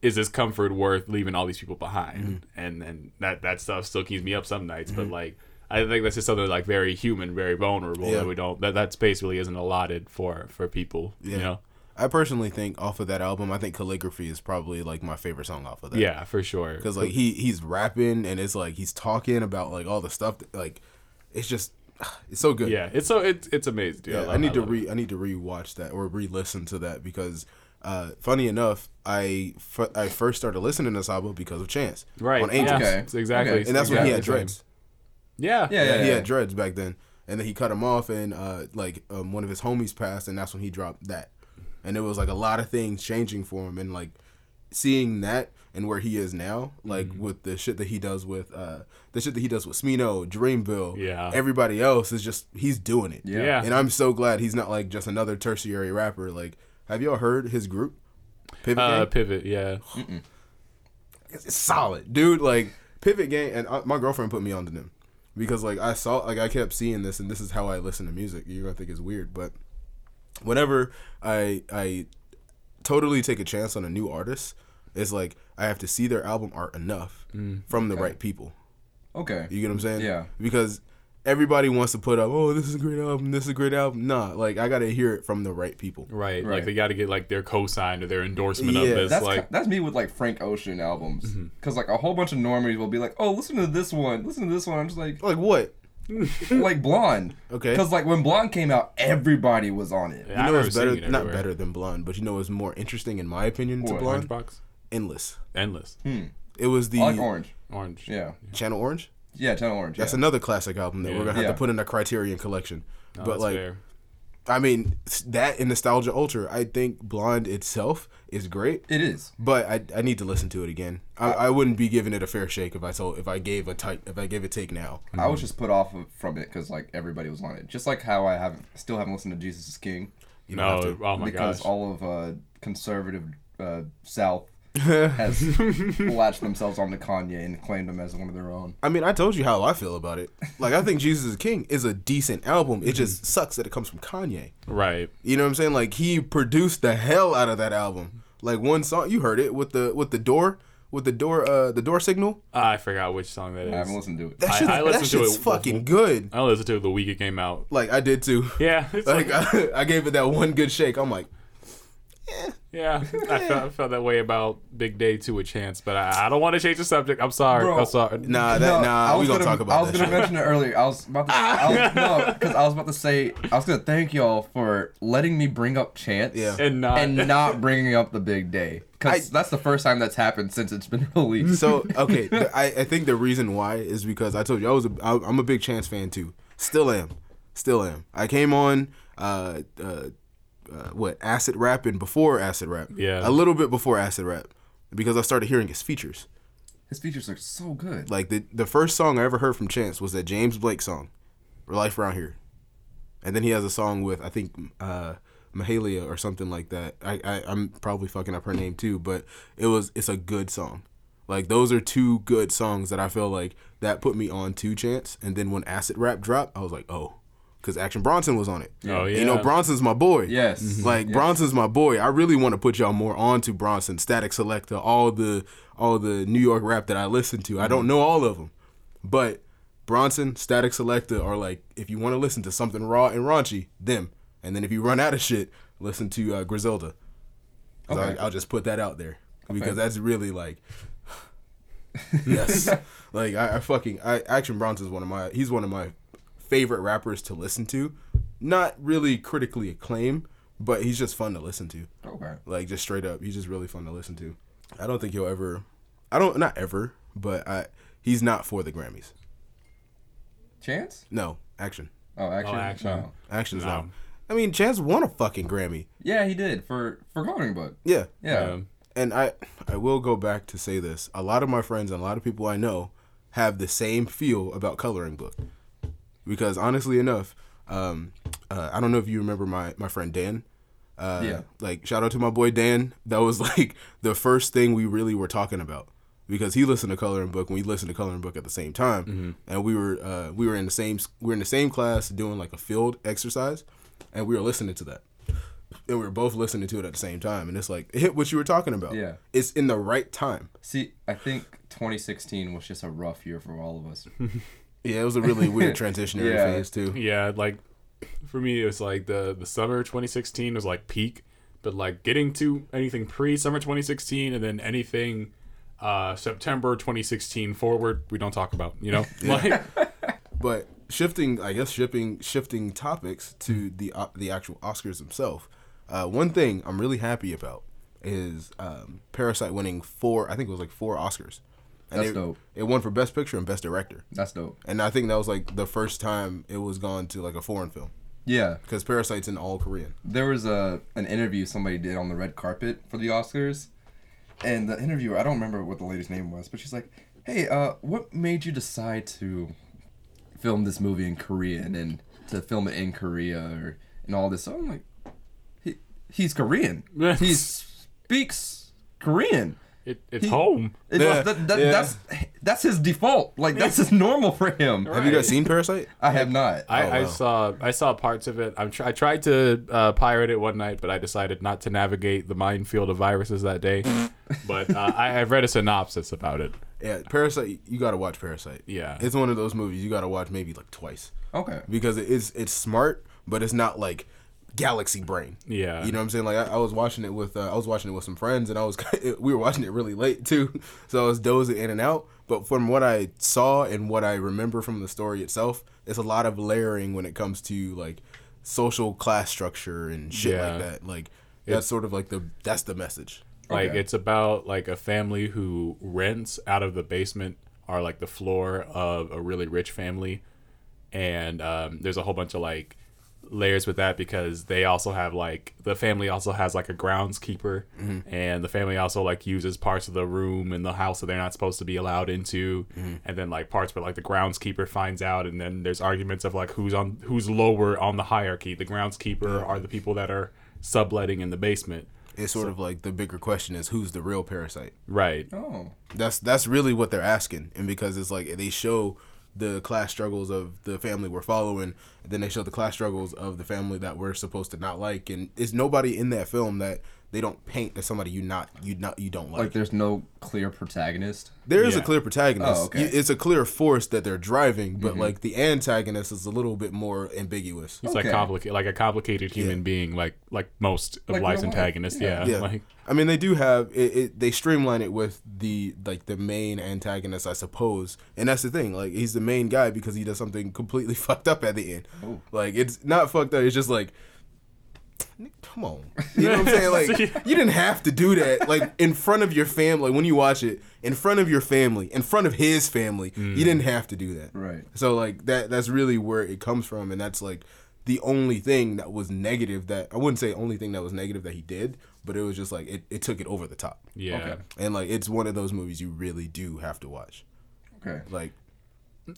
[SPEAKER 3] is this comfort worth leaving all these people behind
[SPEAKER 2] Mm-hmm.
[SPEAKER 3] and and that that stuff still keeps me up some nights but like I think that's just something like very human very vulnerable
[SPEAKER 2] Yeah.
[SPEAKER 3] that we don't that, that space really isn't allotted for for people you know
[SPEAKER 2] I personally think off of that album, I think calligraphy is probably like my favorite song off of that.
[SPEAKER 3] yeah for sure
[SPEAKER 2] because like he he's rapping and it's like he's talking about like all the stuff that, like it's just it's so good
[SPEAKER 3] Yeah, it's so it's it's amazing, dude.
[SPEAKER 2] Yeah,
[SPEAKER 3] love-
[SPEAKER 2] I need to
[SPEAKER 3] love it.
[SPEAKER 2] re I need to rewatch that or re-listen to that because uh funny enough I f- I first started listening to Sabo because of Chance
[SPEAKER 3] right
[SPEAKER 2] on Angels
[SPEAKER 3] Yeah,
[SPEAKER 1] Okay.
[SPEAKER 3] it's exactly.
[SPEAKER 1] Okay.
[SPEAKER 2] and that's when he had
[SPEAKER 1] Exactly.
[SPEAKER 2] dreads
[SPEAKER 3] Yeah,
[SPEAKER 1] Yeah, yeah,
[SPEAKER 2] yeah, he
[SPEAKER 1] yeah.
[SPEAKER 2] had dreads back then and then he cut him off and uh like um, one of his homies passed and that's when he dropped that and it was like a lot of things changing for him and like seeing that and where he is now like
[SPEAKER 3] Mm-hmm.
[SPEAKER 2] with the shit that he does with uh the shit that he does with Smino Dreamville
[SPEAKER 3] Yeah.
[SPEAKER 2] everybody else is just he's doing it
[SPEAKER 1] Yeah.
[SPEAKER 3] Yeah.
[SPEAKER 2] and I'm so glad he's not like just another tertiary rapper like have y'all heard his group Pivot
[SPEAKER 3] Uh,
[SPEAKER 2] Gang?
[SPEAKER 3] pivot. Yeah,
[SPEAKER 2] (sighs) it's it's solid, dude. Like Pivot Gang, and uh, my girlfriend put me onto them because like I saw, like I kept seeing this, and this is how I listen to music. You're gonna think it's weird, but whenever I I totally take a chance on a new artist, it's like I have to see their album art enough from the right people.
[SPEAKER 1] Okay.
[SPEAKER 2] You get what I'm saying?
[SPEAKER 1] Yeah.
[SPEAKER 2] Because everybody wants to put up, oh, this is a great album, this is a great album. Nah, like I gotta hear it from the right people.
[SPEAKER 3] right. Like
[SPEAKER 1] Right.
[SPEAKER 3] they got to get like their cosign or their endorsement of
[SPEAKER 2] Yeah,
[SPEAKER 3] this.
[SPEAKER 1] That's
[SPEAKER 3] like Mm-hmm.
[SPEAKER 1] ki- that's me with like Frank Ocean albums, because like a whole bunch of normies will be like, "Oh, listen to this one, listen to this one." I'm just
[SPEAKER 3] (laughs)
[SPEAKER 1] like,
[SPEAKER 2] Like what?
[SPEAKER 1] like Blonde,
[SPEAKER 2] Okay.
[SPEAKER 1] Because like when Blonde came out, everybody was on it.
[SPEAKER 3] Yeah.
[SPEAKER 2] You
[SPEAKER 3] I
[SPEAKER 2] know
[SPEAKER 3] remember
[SPEAKER 2] it's better,
[SPEAKER 3] seeing it
[SPEAKER 2] not
[SPEAKER 3] everywhere.
[SPEAKER 2] better than Blonde, but you know it's more interesting in my opinion to
[SPEAKER 1] What?
[SPEAKER 2] Blonde.
[SPEAKER 3] Lunchbox,
[SPEAKER 2] Endless.
[SPEAKER 3] endless,
[SPEAKER 1] Hmm.
[SPEAKER 2] It was the
[SPEAKER 1] I like Orange.
[SPEAKER 3] orange.
[SPEAKER 1] Yeah,
[SPEAKER 2] Channel Orange.
[SPEAKER 1] yeah, Channel Orange.
[SPEAKER 2] That's
[SPEAKER 1] yeah.
[SPEAKER 2] another classic album that
[SPEAKER 3] Yeah.
[SPEAKER 2] we're gonna have
[SPEAKER 1] Yeah.
[SPEAKER 2] to put in a Criterion collection.
[SPEAKER 3] No,
[SPEAKER 2] but
[SPEAKER 3] that's
[SPEAKER 2] like,
[SPEAKER 3] fair.
[SPEAKER 2] I mean, that and Nostalgia Ultra. I think Blonde itself is great,
[SPEAKER 1] it is.
[SPEAKER 2] but I, I need to listen to it again. I, I wouldn't be giving it a fair shake if I told if I gave a type if I gave a take now.
[SPEAKER 1] I
[SPEAKER 3] Mm-hmm.
[SPEAKER 1] was just put off of, from it because like everybody was on it. Just like how I haven't still haven't listened to Jesus is King
[SPEAKER 2] You don't
[SPEAKER 3] no,
[SPEAKER 2] have to.
[SPEAKER 3] oh my
[SPEAKER 1] because
[SPEAKER 3] gosh,
[SPEAKER 1] all of uh, conservative uh, South
[SPEAKER 3] (laughs)
[SPEAKER 1] has latched themselves onto Kanye and claimed him as one of their own.
[SPEAKER 2] I mean, I told you how I feel about it. Like, I think Jesus is King is a decent album. It just sucks that it comes from Kanye.
[SPEAKER 3] Right.
[SPEAKER 2] You know what I'm saying? Like, he produced the hell out of that album. Like one song, you heard it with the with the door with the door uh the door signal.
[SPEAKER 3] I forgot which song that
[SPEAKER 1] I haven't
[SPEAKER 3] is.
[SPEAKER 1] listened to it.
[SPEAKER 2] That
[SPEAKER 3] I-
[SPEAKER 2] shit's,
[SPEAKER 3] I
[SPEAKER 2] that
[SPEAKER 3] listened to
[SPEAKER 2] shit's
[SPEAKER 3] it
[SPEAKER 2] fucking good.
[SPEAKER 3] I listened to it the week it came out.
[SPEAKER 2] Like I did too.
[SPEAKER 3] Yeah. It's like,
[SPEAKER 2] (laughs) Like I, I gave it that one good shake. I'm like,
[SPEAKER 3] yeah. I
[SPEAKER 2] (laughs)
[SPEAKER 3] felt, I felt that way about Big Day to a Chance, but I, I don't want to change the subject. I'm sorry.
[SPEAKER 1] Bro.
[SPEAKER 3] I'm sorry.
[SPEAKER 2] nah, that,
[SPEAKER 1] No, I
[SPEAKER 2] nah, we
[SPEAKER 1] was
[SPEAKER 2] gonna,
[SPEAKER 1] gonna-
[SPEAKER 2] talk
[SPEAKER 1] I
[SPEAKER 2] about
[SPEAKER 1] was
[SPEAKER 2] that.
[SPEAKER 1] gonna
[SPEAKER 2] shit.
[SPEAKER 1] mention it earlier. I was about to. I
[SPEAKER 2] (laughs)
[SPEAKER 1] was, no, because I was about to say I was gonna thank y'all for letting me bring up Chance.
[SPEAKER 2] Yeah.
[SPEAKER 3] And not.
[SPEAKER 1] And not bringing up the big day because
[SPEAKER 2] I-
[SPEAKER 1] that's the first time that's happened since it's been (laughs)
[SPEAKER 2] (laughs)
[SPEAKER 1] released.
[SPEAKER 2] So okay, the- I, I think the reason why is because I told you I was a, I, I'm a big Chance fan too. Still am, still am. I came on uh, uh, uh what acid rap and before acid rap.
[SPEAKER 3] Yeah.
[SPEAKER 2] a little bit before acid rap because I started hearing his features.
[SPEAKER 1] His features are so good.
[SPEAKER 2] Like the the first song I ever heard from Chance was that James Blake song, "Life Around Here," and then he has a song with I think uh, Mahalia or something like that. I, I I'm probably fucking up her name too, but it was it's a good song. Like those are two good songs that I feel like that put me on to Chance. And then when Acid Rap dropped, I was like, oh, because Action Bronson was on it.
[SPEAKER 3] Oh,
[SPEAKER 2] You know
[SPEAKER 3] yeah.
[SPEAKER 2] Bronson's my boy.
[SPEAKER 1] Yes. Mhm.
[SPEAKER 2] Like Bronson's my boy. I really want to put y'all more on to Bronson, Static Selector, all the all the New York rap that I listen to. I
[SPEAKER 1] Mm-hmm.
[SPEAKER 2] don't know all of them, but Bronson, Static Selector are like if you want to listen to something raw and raunchy, them. And then if you run out of shit, listen to uh, Griselda. 'Cause
[SPEAKER 1] Okay.
[SPEAKER 2] I, will just put that out there because that's really like yes, like I, I fucking I Action Bronson's one of my he's one of my favorite rappers to listen to. Not really critically acclaimed, but he's just fun to listen to.
[SPEAKER 1] Oh, Okay.
[SPEAKER 2] Like just straight up, he's just really fun to listen to. I don't think he'll ever. I don't not ever, but I he's not for the Grammys.
[SPEAKER 1] Chance?
[SPEAKER 2] No action.
[SPEAKER 1] Oh, actually,
[SPEAKER 3] Action.
[SPEAKER 1] no.
[SPEAKER 2] Action's
[SPEAKER 3] No.
[SPEAKER 2] not. I mean, Chance won a fucking Grammy.
[SPEAKER 1] Yeah, he did for for Coloring Book.
[SPEAKER 2] Yeah.
[SPEAKER 1] Yeah.
[SPEAKER 3] Um,
[SPEAKER 2] and I I will go back to say this. A lot of my friends and a lot of people I know have the same feel about coloring book. Because honestly enough, um, uh, I don't know if you remember my my friend Dan. Uh,
[SPEAKER 1] Yeah.
[SPEAKER 2] Like shout out to my boy Dan. That was (laughs) like the first thing we really were talking about because he listened to coloring book and we listened to coloring book at the same time, and we were uh, we were in the same we were in the same class doing like a field exercise, and we were listening to that and we were both listening to it at the same time, and it's like it hit what you were talking about.
[SPEAKER 1] Yeah.
[SPEAKER 2] it's in the right time.
[SPEAKER 1] See, I think 2016 was just a rough year for all (laughs) of us.
[SPEAKER 2] Yeah, it was a
[SPEAKER 1] (laughs)
[SPEAKER 2] really weird transitionary
[SPEAKER 1] Yeah.
[SPEAKER 2] phase too.
[SPEAKER 3] yeah like for me it was like the the summer 2016 was like peak but like getting to anything pre summer 2016 and then anything uh september 2016 forward we don't talk about
[SPEAKER 2] (laughs)
[SPEAKER 3] you know like
[SPEAKER 2] But shifting, I guess, shifting shifting topics to the o the actual Oscars themselves. Uh, one thing I'm really happy about is um, Parasite winning four. I think it was like four Oscars. And
[SPEAKER 1] That's
[SPEAKER 2] it,
[SPEAKER 1] dope.
[SPEAKER 2] It won for Best Picture and Best Director,
[SPEAKER 1] That's dope.
[SPEAKER 2] and I think that was like the first time it was gone to like a foreign film
[SPEAKER 1] Yeah.
[SPEAKER 2] because Parasite's in all Korean.
[SPEAKER 1] there was a an interview somebody did on the red carpet for the Oscars, and the interviewer I don't remember what the lady's name was, but she's like, "Hey, uh, what made you decide to film this movie in Korean and to film it in Korea or and all this?" So I'm like, "He he's Korean. he speaks Korean."
[SPEAKER 3] it, it's home
[SPEAKER 1] It
[SPEAKER 2] Yeah,
[SPEAKER 1] was- that- that-
[SPEAKER 2] yeah.
[SPEAKER 1] That's that's his default. Like that's his normal for him.
[SPEAKER 2] Have you
[SPEAKER 3] Right.
[SPEAKER 2] guys seen Parasite?
[SPEAKER 1] I have not.
[SPEAKER 3] I,
[SPEAKER 2] Oh,
[SPEAKER 3] I
[SPEAKER 2] wow.
[SPEAKER 3] saw I saw parts of it. I'm tr- I tried to uh, pirate it one night, but I decided not to navigate the minefield of viruses
[SPEAKER 2] (laughs)
[SPEAKER 3] that day. but uh, I, I read a synopsis about it.
[SPEAKER 2] Yeah, Parasite. You gotta watch Parasite.
[SPEAKER 3] Yeah.
[SPEAKER 2] it's one of those movies you gotta watch maybe like twice
[SPEAKER 1] okay.
[SPEAKER 2] because it is it's smart, but it's not like galaxy brain.
[SPEAKER 3] Yeah.
[SPEAKER 2] you know what I'm saying. Like I, I was watching it with uh, I was watching it with some friends, and I was (laughs) we were watching it really late too, (laughs) so I was dozing in and out. But from what I saw and what I remember from the story itself, it's a lot of layering when it comes to like social class structure and shit
[SPEAKER 3] Yeah.
[SPEAKER 2] like that. Like that's sort of like the that's the message.
[SPEAKER 3] Like
[SPEAKER 1] Okay.
[SPEAKER 3] it's about like a family who rents out of the basement or like the floor of a really rich family, and um, there's a whole bunch of like layers with that because they also have like the family also has like a groundskeeper and the family also like uses parts of the room in the house that they're not supposed to be allowed into and then like parts where like the groundskeeper finds out and then there's arguments of like who's on who's lower on the hierarchy the groundskeeper are the people that are subletting in the basement
[SPEAKER 2] It's sort of like the bigger question is who's the real parasite.
[SPEAKER 3] Right.
[SPEAKER 1] Oh,
[SPEAKER 2] That's that's really what they're asking, and because it's like they show the class struggles of the family we're following, then they show the class struggles of the family that we're supposed to not like, and is nobody in that film that they don't paint as somebody you not you not you don't like.
[SPEAKER 1] like there's no clear protagonist.
[SPEAKER 2] There is a
[SPEAKER 3] Yeah.
[SPEAKER 2] clear protagonist.
[SPEAKER 1] Oh, okay. Mm-hmm.
[SPEAKER 2] You- It's a clear force that they're driving, but like the antagonist is a little bit more ambiguous.
[SPEAKER 3] He's
[SPEAKER 1] Okay.
[SPEAKER 3] like complicated, like a complicated human being, like like most of
[SPEAKER 1] Like
[SPEAKER 3] life's
[SPEAKER 1] real life.
[SPEAKER 3] antagonists.
[SPEAKER 1] Yeah.
[SPEAKER 3] Yeah.
[SPEAKER 2] Yeah.
[SPEAKER 3] Like,
[SPEAKER 2] I mean, they do have it, it. They streamline it with the like the main antagonist, I suppose, and that's the thing. Like he's the main guy because he does something completely (laughs) fucked up at the end.
[SPEAKER 3] Oh.
[SPEAKER 2] Like it's not fucked up. It's just like, "Nick, come
[SPEAKER 3] (laughs)
[SPEAKER 2] on, you know what I'm saying? Like
[SPEAKER 3] See?
[SPEAKER 2] you didn't have to do that. Like in front of your family, when you watch it, in front of your family, in front of his family,
[SPEAKER 3] Mm.
[SPEAKER 2] you didn't have to do that.
[SPEAKER 1] Right.
[SPEAKER 2] So like that that's really where it comes from and that's like the only thing that was negative that I wouldn't say only thing that was negative that he did, but it was just like it, it took it over the top.
[SPEAKER 3] yeah.
[SPEAKER 1] Okay.
[SPEAKER 2] And like it's one of those movies you really do have to watch.
[SPEAKER 1] Okay.
[SPEAKER 2] Like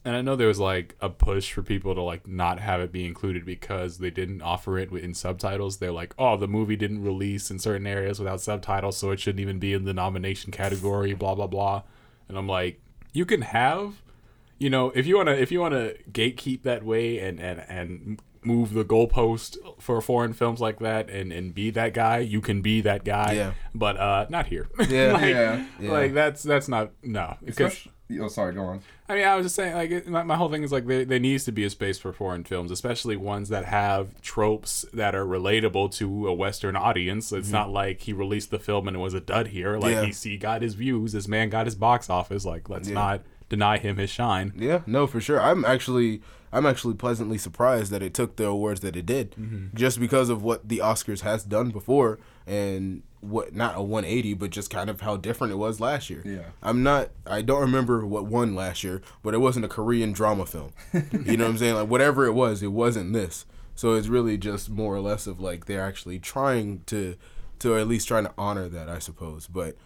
[SPEAKER 3] And I know there was like a push for people to like not have it be included because they didn't offer it in subtitles. They're like, oh, the movie didn't release in certain areas without subtitles, so it shouldn't even be in the nomination category. Blah blah blah. And I'm like, you can have, you know, if you wanna if you wanna gatekeep that way and and and move the goalpost for foreign films like that and and be that guy, you can be that guy.
[SPEAKER 2] Yeah.
[SPEAKER 3] But uh, not here.
[SPEAKER 2] Yeah.
[SPEAKER 3] (laughs) like,
[SPEAKER 1] Yeah.
[SPEAKER 3] Like that's that's not no because.
[SPEAKER 1] Oh, sorry. Go on.
[SPEAKER 3] I mean, I was just saying, like, it, my, my whole thing is like, there, there needs to be a space for foreign films, especially ones that have tropes that are relatable to a Western audience. It's not like he released the film and it was a dud here. Like,
[SPEAKER 2] Yeah.
[SPEAKER 3] he, he got his views. This man got his box office. Like, let's not deny him his shine.
[SPEAKER 2] yeah, no for sure. I'm actually I'm actually pleasantly surprised that it took the awards that it did. Just because of what the Oscars has done before and what not a 180 but just kind of how different it was last year.
[SPEAKER 1] Yeah.
[SPEAKER 2] I'm not. I don't remember what won last year, but it wasn't a Korean drama film. you know what I'm saying? Like whatever it was, it wasn't this. So it's really just more or less of like they're actually trying to, to at least trying to honor that, I suppose. But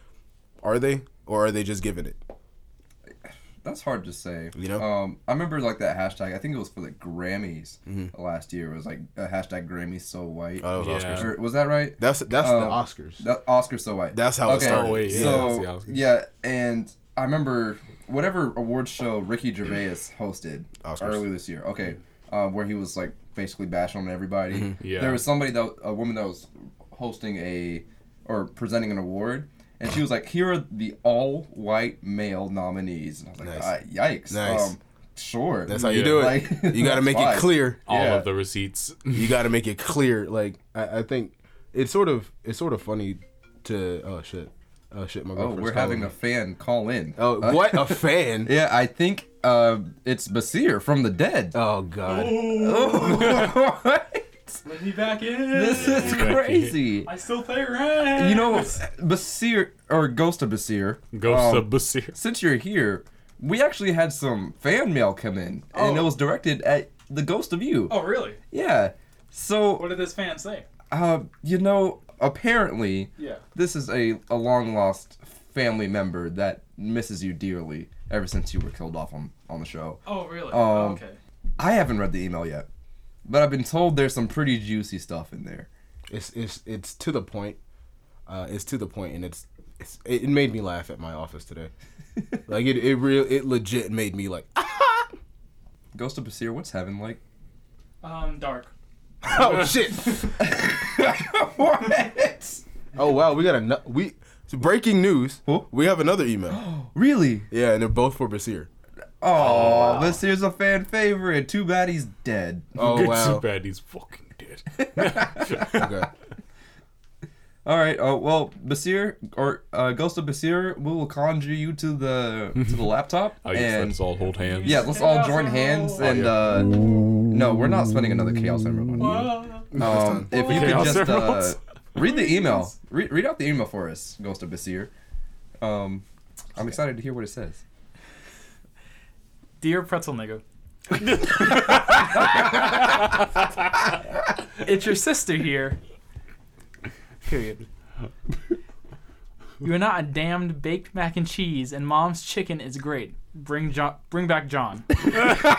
[SPEAKER 2] are they, or are they just giving it?
[SPEAKER 1] That's hard to say.
[SPEAKER 2] You know?
[SPEAKER 1] um, I remember like that hashtag. I think it was for the Grammys last year. It was like a hashtag Grammys so white.
[SPEAKER 2] Mm-hmm. Oh, it was
[SPEAKER 3] Yeah.
[SPEAKER 2] Oscars.
[SPEAKER 1] Or- was that right?
[SPEAKER 2] That's that's the
[SPEAKER 1] Um,
[SPEAKER 2] Oscars.
[SPEAKER 1] That Oscar so white.
[SPEAKER 2] That's how it started.
[SPEAKER 3] Oh, wait, yeah,
[SPEAKER 1] so
[SPEAKER 3] that's the Oscars.
[SPEAKER 1] yeah, and I remember whatever award show Ricky Gervais hosted
[SPEAKER 2] Oscars.
[SPEAKER 1] early this year. Okay, um, where he was like basically bashing on everybody.
[SPEAKER 2] Mm-hmm.
[SPEAKER 3] Yeah.
[SPEAKER 1] There was somebody that a woman that was hosting a or presenting an award. And she was like, "Here are the all-white male nominees." And I was like,
[SPEAKER 2] Nice.
[SPEAKER 1] ah, "Yikes!"
[SPEAKER 2] Nice.
[SPEAKER 1] Um, sure.
[SPEAKER 2] that's how you
[SPEAKER 3] yeah,
[SPEAKER 2] do it.
[SPEAKER 1] like, (laughs)
[SPEAKER 2] you got to
[SPEAKER 1] that's
[SPEAKER 2] make
[SPEAKER 1] fine.
[SPEAKER 2] it clear.
[SPEAKER 3] All
[SPEAKER 1] Yeah.
[SPEAKER 3] of the receipts. (laughs)
[SPEAKER 2] you got to make it clear. Like I, I think it's sort of it's sort of funny to oh shit oh shit my
[SPEAKER 1] Oh,
[SPEAKER 2] girlfriend's
[SPEAKER 1] we're
[SPEAKER 2] calling
[SPEAKER 1] having
[SPEAKER 2] me.
[SPEAKER 1] a fan call in. (laughs)
[SPEAKER 2] Oh,
[SPEAKER 1] Uh,
[SPEAKER 2] what a fan!
[SPEAKER 1] Yeah, I think uh, it's Basir from the dead. (laughs)
[SPEAKER 2] Oh God!
[SPEAKER 1] What?
[SPEAKER 3] Let me back in.
[SPEAKER 1] This is crazy.
[SPEAKER 3] I still pay rent.
[SPEAKER 1] You know, Basir or Ghost of Basir.
[SPEAKER 3] Ghost
[SPEAKER 1] um,
[SPEAKER 3] of Basir.
[SPEAKER 1] Since you're here, we actually had some fan mail come in, and it was directed at the Ghost of You.
[SPEAKER 4] Oh, really?
[SPEAKER 1] Yeah. So,
[SPEAKER 4] What did this fan say?
[SPEAKER 1] uh, you know, apparently,
[SPEAKER 4] Yeah.
[SPEAKER 1] this is a, a long lost family member that misses you dearly ever since you were killed off on, on the show.
[SPEAKER 4] Oh, really?
[SPEAKER 1] Um,
[SPEAKER 4] okay.
[SPEAKER 1] I haven't read the email yet, but I've been told there's some pretty juicy stuff in there.
[SPEAKER 2] It's it's it's to the point. Uh, it's to the point, and it's, it's it it made me laugh at my
[SPEAKER 1] (laughs)
[SPEAKER 2] office today. like it it real it legit made me like (laughs)
[SPEAKER 1] Ghost of Basir, what's heaven like?
[SPEAKER 4] Um, dark.
[SPEAKER 1] (laughs)
[SPEAKER 2] oh shit
[SPEAKER 1] what?
[SPEAKER 2] oh wow we got a nu- we it's breaking news
[SPEAKER 1] Huh?
[SPEAKER 2] we have another
[SPEAKER 1] (gasps)
[SPEAKER 2] email
[SPEAKER 1] Really?
[SPEAKER 2] yeah and they're both for Basir
[SPEAKER 1] Oh, Basir's a fan favorite. Too bad he's dead.
[SPEAKER 2] oh
[SPEAKER 3] It's
[SPEAKER 2] wow
[SPEAKER 3] too bad he's fucking dead.
[SPEAKER 2] okay.
[SPEAKER 1] (laughs) All right. Oh well, Basir or uh, Ghost of Basir, we will conjure you to the to the laptop.
[SPEAKER 3] oh, yes,
[SPEAKER 1] and
[SPEAKER 3] let's all hold hands. (laughs)
[SPEAKER 1] yeah, let's all join hands and uh, no, we're not spending another chaos emerald on you.
[SPEAKER 4] Uh,
[SPEAKER 1] Um, if you could
[SPEAKER 3] Chaos
[SPEAKER 1] just uh,
[SPEAKER 3] Emeralds.
[SPEAKER 1] read the email, read, read out the email for us, Ghost of Basir. Um, I'm excited to hear what it says.
[SPEAKER 4] dear pretzel nigga. it's your sister here. Period. You are not a damned baked mac and cheese, and mom's chicken is great. Bring John, bring back John. Uh,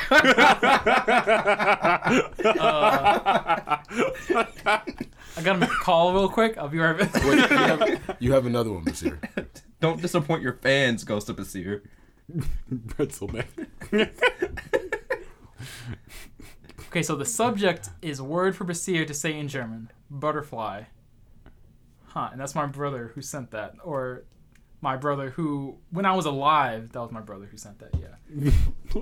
[SPEAKER 4] I gotta make a call real quick. I'll be right back.
[SPEAKER 2] Wait, you, have, you have another one, Basir.
[SPEAKER 1] Don't disappoint your fans, Ghost of Basir.
[SPEAKER 3] Pretzel man. (laughs)
[SPEAKER 4] Okay, so the subject is word for Basir to say in German butterfly. Huh, and that's my brother who sent that. Or my brother who, when I was alive, that was my brother who sent that, yeah.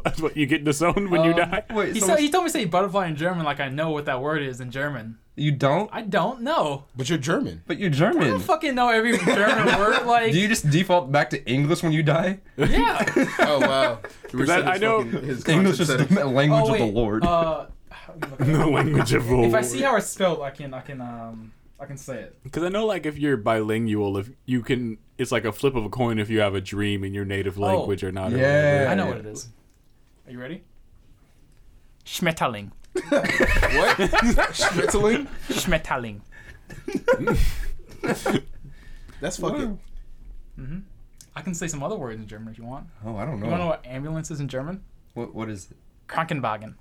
[SPEAKER 3] That's what you get disowned when you
[SPEAKER 4] Um,
[SPEAKER 3] die. (laughs)
[SPEAKER 1] Wait,
[SPEAKER 4] He,
[SPEAKER 1] so
[SPEAKER 4] said, he told me to say butterfly in German like I know what that word is in German.
[SPEAKER 1] you don't?
[SPEAKER 4] I don't know.
[SPEAKER 2] But you're German.
[SPEAKER 1] But you're
[SPEAKER 4] I don't
[SPEAKER 1] German.
[SPEAKER 4] fucking
[SPEAKER 1] (laughs)
[SPEAKER 4] know every German word. Like,
[SPEAKER 1] Hmm. Do you just default back to English when you die? (laughs)
[SPEAKER 4] yeah.
[SPEAKER 2] (laughs) Oh wow.
[SPEAKER 3] That- I know-
[SPEAKER 1] English is the language
[SPEAKER 4] Oh,
[SPEAKER 1] of the
[SPEAKER 4] wait,
[SPEAKER 1] Lord. (laughs)
[SPEAKER 4] Uh, let me look it up.
[SPEAKER 3] the language of
[SPEAKER 4] if I see how it's spelled, I can, I can, um, I can say it.
[SPEAKER 3] Because I know, like, if you're bilingual, if you can, it's like a flip of a coin if you have a dream in your native language or not. or
[SPEAKER 1] yeah.
[SPEAKER 3] whatever. (laughs)
[SPEAKER 4] I know what it is. Are you ready? Schmetterling.
[SPEAKER 2] what? (laughs) Schmetterling?
[SPEAKER 4] Schmetterling.
[SPEAKER 2] That's fucking.
[SPEAKER 4] I can say some other words in German if you want.
[SPEAKER 1] (laughs) oh, I don't know.
[SPEAKER 4] You want to know what ambulance is in German?
[SPEAKER 1] What, what is it?
[SPEAKER 4] Krankenwagen.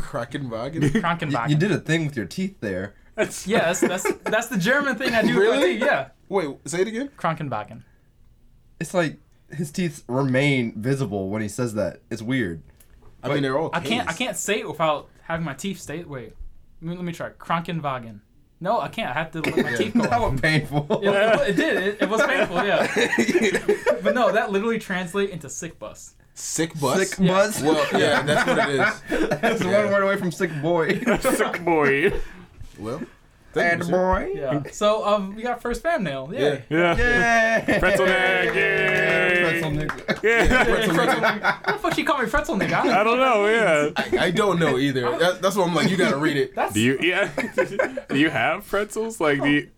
[SPEAKER 2] Krakenwagen.
[SPEAKER 1] You,
[SPEAKER 4] Krankenwagen.
[SPEAKER 1] you did a thing with your teeth there.
[SPEAKER 3] That's,
[SPEAKER 4] Yeah, that's, that's, that's the German thing I do. with my
[SPEAKER 2] Really?
[SPEAKER 4] teeth, Yeah.
[SPEAKER 2] Wait, say it again.
[SPEAKER 4] Krankenwagen.
[SPEAKER 1] It's like his teeth remain visible when he says that. It's weird.
[SPEAKER 2] I mean, they're all.
[SPEAKER 4] I can't I
[SPEAKER 2] Ks.
[SPEAKER 4] can't say it without having my teeth stay. Wait, let me, let me try. Krankenwagen. No, I can't. I have to let my
[SPEAKER 1] (laughs)
[SPEAKER 4] teeth go. (laughs)
[SPEAKER 1] That
[SPEAKER 4] off.
[SPEAKER 1] was painful.
[SPEAKER 4] It, it did. It,
[SPEAKER 1] (laughs)
[SPEAKER 4] it was painful. Yeah. But no, that literally translates into sick bus.
[SPEAKER 2] Sick bus.
[SPEAKER 1] Sick buzz.
[SPEAKER 2] Well,
[SPEAKER 1] (laughs)
[SPEAKER 2] yeah, that's what it is.
[SPEAKER 1] That's one
[SPEAKER 2] Yeah.
[SPEAKER 1] word away from sick
[SPEAKER 2] (laughs)
[SPEAKER 1] boy.
[SPEAKER 3] sick boy.
[SPEAKER 2] Well,
[SPEAKER 1] and
[SPEAKER 2] thank you, sir.
[SPEAKER 1] boy.
[SPEAKER 4] Yeah. So um, we got first fam nail. Yeah.
[SPEAKER 2] Yeah.
[SPEAKER 3] Yeah.
[SPEAKER 1] Yay! (laughs)
[SPEAKER 3] Pretzel neck, yay!
[SPEAKER 1] Pretzel neck.
[SPEAKER 3] Yeah.
[SPEAKER 4] How the fuck she called me pretzel nigga? I
[SPEAKER 3] (laughs)
[SPEAKER 4] don't-
[SPEAKER 3] I don't know. Yeah.
[SPEAKER 2] (laughs) I, I don't know either. That, that's why I'm like, you gotta read
[SPEAKER 4] (laughs)
[SPEAKER 2] it.
[SPEAKER 4] That's
[SPEAKER 3] Do you? Yeah. (laughs) do you have pretzels? Like the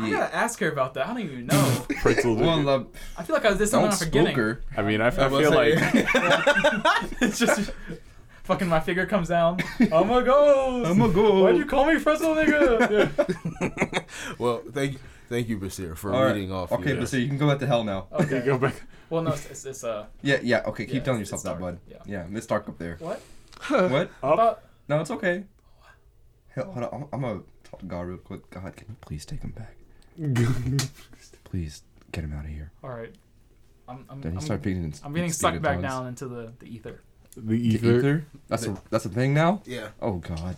[SPEAKER 4] I gotta ask her about that. I don't even know.
[SPEAKER 1] (laughs)
[SPEAKER 3] pretzels.
[SPEAKER 1] One love.
[SPEAKER 4] I feel like I was this
[SPEAKER 1] Don't
[SPEAKER 4] I'm
[SPEAKER 1] spook
[SPEAKER 4] forgetting.
[SPEAKER 1] her.
[SPEAKER 3] I mean, I, I
[SPEAKER 2] I'm
[SPEAKER 3] feel
[SPEAKER 2] saying. (laughs)
[SPEAKER 3] like (laughs)
[SPEAKER 4] (laughs) it's just fucking my finger comes down. I'm a ghost.
[SPEAKER 1] I'm a go.
[SPEAKER 4] Why'd you call me
[SPEAKER 1] (laughs)
[SPEAKER 4] pretzel nigga? Yeah.
[SPEAKER 2] well, thank thank you, Basir, for
[SPEAKER 1] All right.
[SPEAKER 2] reading off.
[SPEAKER 1] Okay,
[SPEAKER 2] your,
[SPEAKER 1] but so you can go back to hell now.
[SPEAKER 3] you
[SPEAKER 4] Okay.
[SPEAKER 3] go back.
[SPEAKER 4] Well, no, it's, it's, it's uh.
[SPEAKER 1] Yeah, yeah. Okay, keep
[SPEAKER 4] Yeah,
[SPEAKER 1] telling
[SPEAKER 4] it's-
[SPEAKER 1] yourself that,
[SPEAKER 4] it's
[SPEAKER 1] bud.
[SPEAKER 4] dark.
[SPEAKER 1] Yeah, Miss Dark up there.
[SPEAKER 4] What?
[SPEAKER 1] what?
[SPEAKER 4] About
[SPEAKER 1] No, it's okay. Hell, hold on. I'm, I'm gonna talk to God real quick. God, can you please take him (laughs) back? Please get him out of here.
[SPEAKER 4] all right. I'm I'm,
[SPEAKER 1] Then he
[SPEAKER 4] I'm,
[SPEAKER 1] start beating.
[SPEAKER 4] I'm getting sucked back down into the, the ether.
[SPEAKER 3] the
[SPEAKER 1] Ether.
[SPEAKER 3] ether.
[SPEAKER 1] That's a that's a thing now.
[SPEAKER 2] yeah,
[SPEAKER 1] Oh God.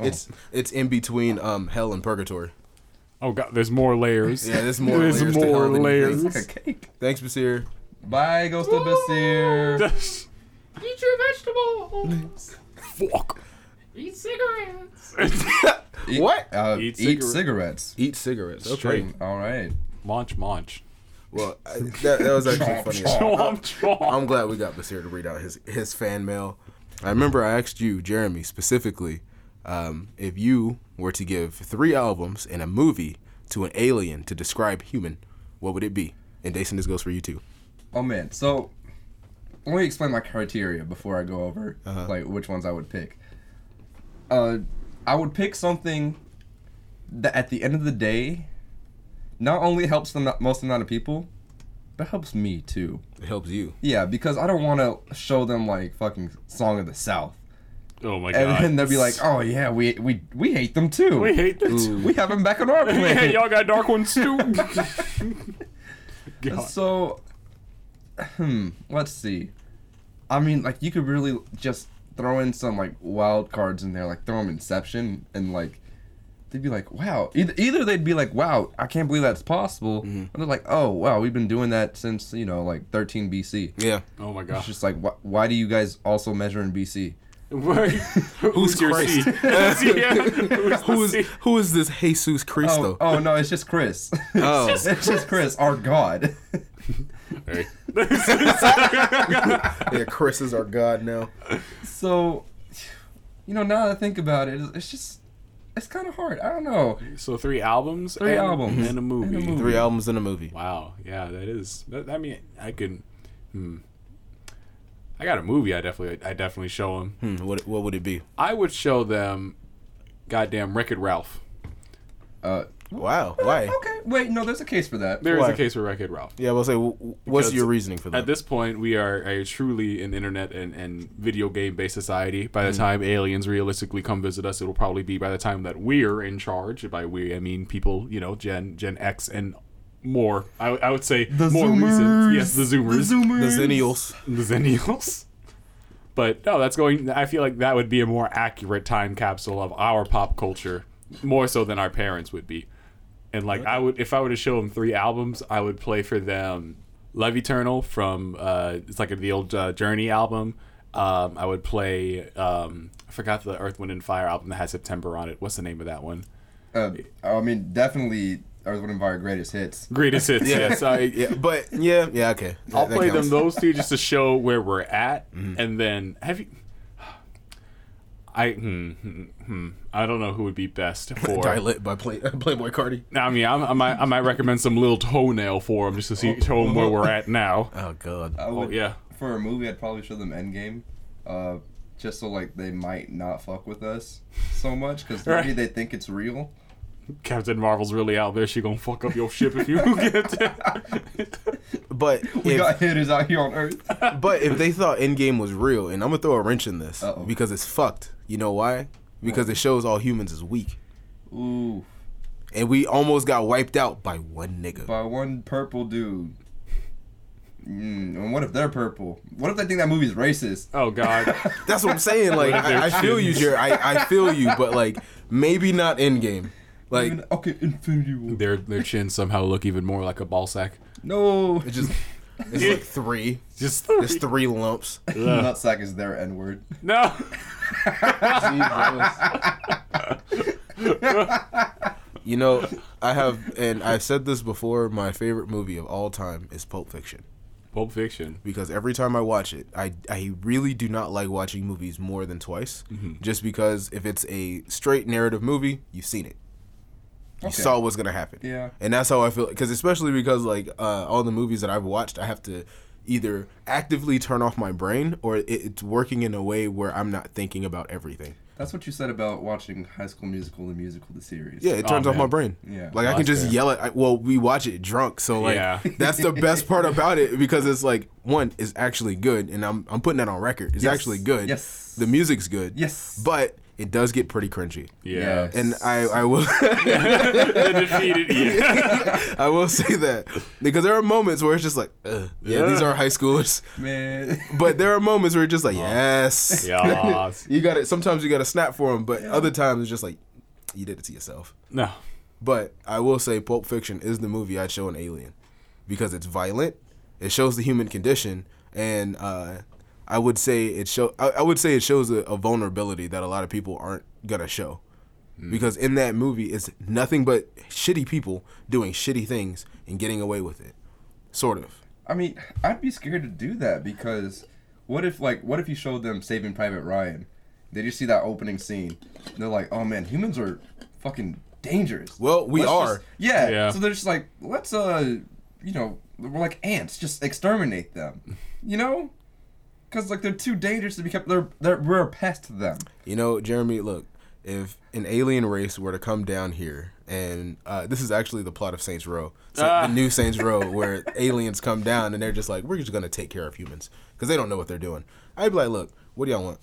[SPEAKER 1] Oh.
[SPEAKER 2] it's it's in between um hell and purgatory.
[SPEAKER 3] Oh god, there's more layers. (laughs)
[SPEAKER 2] Yeah, there's more
[SPEAKER 3] There's
[SPEAKER 2] layers to
[SPEAKER 3] more
[SPEAKER 2] hell than you
[SPEAKER 3] layers.
[SPEAKER 1] It's
[SPEAKER 2] think.
[SPEAKER 1] like a cake.
[SPEAKER 2] Thanks, Basir.
[SPEAKER 1] Bye, Ghost of Basir.
[SPEAKER 4] Eat your
[SPEAKER 1] (laughs)
[SPEAKER 4] vegetables.
[SPEAKER 3] Fuck.
[SPEAKER 4] Eat cigarettes.
[SPEAKER 1] Eat-
[SPEAKER 2] What?
[SPEAKER 1] Uh, eat,
[SPEAKER 3] Eat cigarette-
[SPEAKER 1] cigarettes.
[SPEAKER 2] Eat cigarettes. Okay.
[SPEAKER 3] Straight.
[SPEAKER 1] All right.
[SPEAKER 3] Launch, launch.
[SPEAKER 2] Well, I, that, that was actually funny. as
[SPEAKER 3] (laughs)
[SPEAKER 2] hell.
[SPEAKER 3] Chomp, chomp.
[SPEAKER 2] Oh, I'm glad we got Basir to read out his his fan mail. I remember I asked you, Jeremy, specifically, um, if you were to give three albums and a movie to an alien to describe human, what would it be? And Jason, this goes for you too.
[SPEAKER 1] Oh man. So let me explain my criteria before I go over
[SPEAKER 3] Uh-huh.
[SPEAKER 1] like which ones I would pick. Uh, I would pick something that at the end of the day not only helps the mo- most amount of people, but helps me too.
[SPEAKER 2] It helps you.
[SPEAKER 1] Yeah, because I don't want to show them like fucking Song of the South,
[SPEAKER 3] Oh my
[SPEAKER 1] and
[SPEAKER 3] god.
[SPEAKER 1] then they'll be like, "Oh yeah, we we we hate them too.
[SPEAKER 3] we hate them too. (laughs)
[SPEAKER 1] we have them back on our planet."
[SPEAKER 3] Hey, y'all got dark ones too. (laughs) God.
[SPEAKER 1] So, hmm, let's see. I mean, like you could really just throw in some like wild cards in there, like throw them Inception, and like they'd be like, "Wow!" Either, either they'd be like, "Wow, I can't believe that's possible,"
[SPEAKER 2] Mm-hmm.
[SPEAKER 1] or they're like, "Oh, wow, we've been doing that since you know like 13 BC."
[SPEAKER 2] Yeah.
[SPEAKER 3] Oh my
[SPEAKER 1] It's
[SPEAKER 3] (laughs) gosh.
[SPEAKER 1] just like, wh- why do you guys also measure in BC? (laughs)
[SPEAKER 3] Who's your
[SPEAKER 2] Christ?
[SPEAKER 3] seed? (laughs) yeah.
[SPEAKER 2] Who is who is this
[SPEAKER 1] Oh,
[SPEAKER 2] Jesus Cristo?
[SPEAKER 1] oh no, it's just Chris. (laughs)
[SPEAKER 2] Oh.
[SPEAKER 1] it's just Chris, our God. (laughs)
[SPEAKER 2] Yeah, Chris is our god now.
[SPEAKER 1] so, you know, now that I think about it, it's- it's just, it's kind of hard. I don't know.
[SPEAKER 3] (laughs) so three albums,
[SPEAKER 1] Three
[SPEAKER 3] and,
[SPEAKER 1] albums.
[SPEAKER 3] and a movie.
[SPEAKER 1] And a movie.
[SPEAKER 2] Three albums and a movie.
[SPEAKER 3] Wow, yeah, that is. That, I mean, I can. Hmm. I got a movie. I definitely, I definitely show them.
[SPEAKER 2] Hmm, what what would it be?
[SPEAKER 3] I would show them, goddamn Wreck It Ralph.
[SPEAKER 1] Uh,
[SPEAKER 2] Wow. Why?
[SPEAKER 1] Okay, wait, no, there's a case for that.
[SPEAKER 3] There is
[SPEAKER 2] Why?
[SPEAKER 3] a case for Wreck-It Ralph.
[SPEAKER 2] Yeah, we'll say. w- w- What's
[SPEAKER 3] Because
[SPEAKER 2] your reasoning for
[SPEAKER 3] At
[SPEAKER 2] that?
[SPEAKER 3] this point, we are a truly an internet and, and video game based society. By the time aliens realistically come visit us, it'll probably be by the time that we're in charge. By we, I mean people, you know, Gen Gen X and more. I, I would say more recent. Yes, the Zoomers,
[SPEAKER 1] The
[SPEAKER 2] The
[SPEAKER 1] Zoomers.
[SPEAKER 2] Zennials.
[SPEAKER 3] the Zennials. But no, that's going. I feel like that would be a more accurate time capsule of our pop culture, more so than our parents would be. And like I would, if I were to show them three albums, I would play for them "Love Eternal" from uh, it's like the old uh, Journey album. Um, I would play um, I forgot the Earth, Wind and Fire album that has September on it. What's the name of that one?
[SPEAKER 1] Uh, I mean, definitely Earth, Wind, and Fire greatest hits.
[SPEAKER 3] Greatest
[SPEAKER 2] (laughs)
[SPEAKER 3] hits. yes, I,
[SPEAKER 2] Yeah, but yeah, yeah, okay. That-
[SPEAKER 3] I'll
[SPEAKER 2] that
[SPEAKER 3] play
[SPEAKER 2] counts. Mm-hmm.
[SPEAKER 3] them those two just to show where
[SPEAKER 2] (laughs)
[SPEAKER 3] we're at, and then have you? I hmm, hmm, hmm. I don't know who would
[SPEAKER 2] (laughs)
[SPEAKER 3] be best
[SPEAKER 2] Die
[SPEAKER 3] for.
[SPEAKER 2] lit by play, (laughs) Playboy Cardi.
[SPEAKER 3] I mean, I'm, I might I might recommend some little toenail for them just to see show 'em where we're at now.
[SPEAKER 2] (laughs) Oh God.
[SPEAKER 1] I
[SPEAKER 3] Oh
[SPEAKER 1] would,
[SPEAKER 3] yeah,
[SPEAKER 1] For a movie, I'd probably show them Endgame, uh, just so like they might not fuck with us so much
[SPEAKER 2] (laughs)
[SPEAKER 1] because maybe
[SPEAKER 3] Right.
[SPEAKER 1] they think it's real.
[SPEAKER 3] Captain Marvel's really out there. She gonna fuck up your ship if you (laughs) get.
[SPEAKER 2] But
[SPEAKER 1] We
[SPEAKER 2] if,
[SPEAKER 1] got hitters out here on Earth.
[SPEAKER 2] (laughs) but if they thought Endgame was real, and I'm gonna throw a wrench in this
[SPEAKER 1] Uh-oh.
[SPEAKER 2] because it's fucked. You know why? Because it shows all humans is weak,
[SPEAKER 1] Ooh,
[SPEAKER 2] and we almost got wiped out by one nigga.
[SPEAKER 1] by one purple dude. Mm, and what if they're purple? What if they think that movie's racist?
[SPEAKER 3] (laughs)
[SPEAKER 2] Uh,
[SPEAKER 3] oh God,
[SPEAKER 2] That's what I'm saying. Like
[SPEAKER 3] if they're
[SPEAKER 2] I, I feel you,
[SPEAKER 3] kittens?
[SPEAKER 2] Jer. I, I feel you, but like maybe not Endgame. Like
[SPEAKER 1] Even- okay, Infinity War.
[SPEAKER 3] their their chins somehow look even more like a ball sack.
[SPEAKER 1] No,
[SPEAKER 2] (laughs)
[SPEAKER 1] (laughs)
[SPEAKER 2] it's just it's like three.
[SPEAKER 3] Just
[SPEAKER 2] It's three lumps.
[SPEAKER 3] Ugh.
[SPEAKER 1] nutsack is their N word.
[SPEAKER 3] (laughs) no.
[SPEAKER 2] You know, I have, and I've said this before. My favorite movie of all time is Pulp Fiction
[SPEAKER 3] Pulp Fiction.
[SPEAKER 2] because every time I watch it, I I really do not like watching movies more than twice.
[SPEAKER 1] Mm-hmm.
[SPEAKER 2] Just because if it's a straight narrative movie, you've seen it, you
[SPEAKER 1] Okay.
[SPEAKER 2] saw what's gonna happen.
[SPEAKER 1] Yeah.
[SPEAKER 2] and that's how I feel. Because especially because like uh, all the movies that I've watched, I have to either actively turn off my brain or it, it's working in a way where I'm not thinking about everything.
[SPEAKER 1] That's what you said about watching High School Musical, the musical, the series.
[SPEAKER 2] Yeah, it
[SPEAKER 3] Aw,
[SPEAKER 2] turns off my
[SPEAKER 3] man.
[SPEAKER 2] brain.
[SPEAKER 1] Yeah.
[SPEAKER 2] like I
[SPEAKER 3] Oh,
[SPEAKER 2] can
[SPEAKER 3] that's
[SPEAKER 2] just
[SPEAKER 3] fair.
[SPEAKER 2] yell at. I, well, we watch it drunk, so like
[SPEAKER 3] Yeah.
[SPEAKER 2] (laughs) that's the best part about it because it's like one is actually good, and I'm I'm putting that on record. It's
[SPEAKER 1] Yes.
[SPEAKER 2] actually good.
[SPEAKER 1] Yes.
[SPEAKER 2] the music's good.
[SPEAKER 1] Yes.
[SPEAKER 2] but it does get pretty crunchy.
[SPEAKER 3] Yeah.
[SPEAKER 1] Yeah.
[SPEAKER 2] And I, I will (laughs)
[SPEAKER 3] The (laughs) defeated. Yeah.
[SPEAKER 2] I will say that because there are moments where it's just like Ugh, yeah,
[SPEAKER 3] Yeah.
[SPEAKER 2] these are high schoolers
[SPEAKER 1] man.
[SPEAKER 2] but there are moments where it's just like yes
[SPEAKER 3] Yas.
[SPEAKER 2] (laughs) you got to sometimes you got to snap for them but other times it's just like you did it to yourself
[SPEAKER 3] No.
[SPEAKER 2] But I will say Pulp Fiction is the movie I'd show an alien because it's violent. It shows the human condition, and uh, I would say it show. I, I would say it shows a, a vulnerability that a lot of people aren't gonna show,
[SPEAKER 1] Mm.
[SPEAKER 2] because in that movie it's nothing but shitty people doing shitty things and getting away with it, sort of.
[SPEAKER 1] I mean, I'd be scared to do that because what if like what if you showed them Saving Private Ryan? They just see that opening scene. and They're like, "Oh man, humans are fucking dangerous."
[SPEAKER 2] Well, we
[SPEAKER 1] Let's
[SPEAKER 2] are.
[SPEAKER 1] just- yeah.
[SPEAKER 3] Yeah.
[SPEAKER 1] So they're just like, "Let's uh, you know, we're like ants, just exterminate them." You know? Cuz like they're too dangerous to be kept they're they're we're a pest to them.
[SPEAKER 2] You know, Jeremy, look, if an alien race were to come down here, and uh, this is actually the plot of Saints Row, so
[SPEAKER 3] Ah.
[SPEAKER 2] the new Saints Row, where aliens come down and they're just like, we're just going to take care of humans because they don't know what they're doing. I'd be like, look, what do y'all want?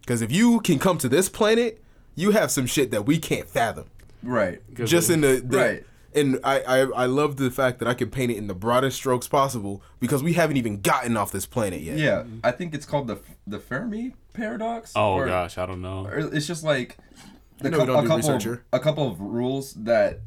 [SPEAKER 2] Because if you can come to this planet, you have some shit that we can't fathom.
[SPEAKER 1] Right.
[SPEAKER 2] Just in the, the
[SPEAKER 1] Right.
[SPEAKER 2] And I, I, I love the fact that I can paint it in the broadest strokes possible because we haven't even gotten off this planet yet.
[SPEAKER 1] Yeah. I think it's called the the Fermi paradox.
[SPEAKER 3] Oh
[SPEAKER 1] or-
[SPEAKER 3] gosh, I don't know.
[SPEAKER 1] or it's just like the
[SPEAKER 2] know we
[SPEAKER 1] cou-
[SPEAKER 2] don't
[SPEAKER 1] a
[SPEAKER 2] do
[SPEAKER 1] couple
[SPEAKER 2] research
[SPEAKER 1] of,
[SPEAKER 2] here.
[SPEAKER 1] a couple of rules that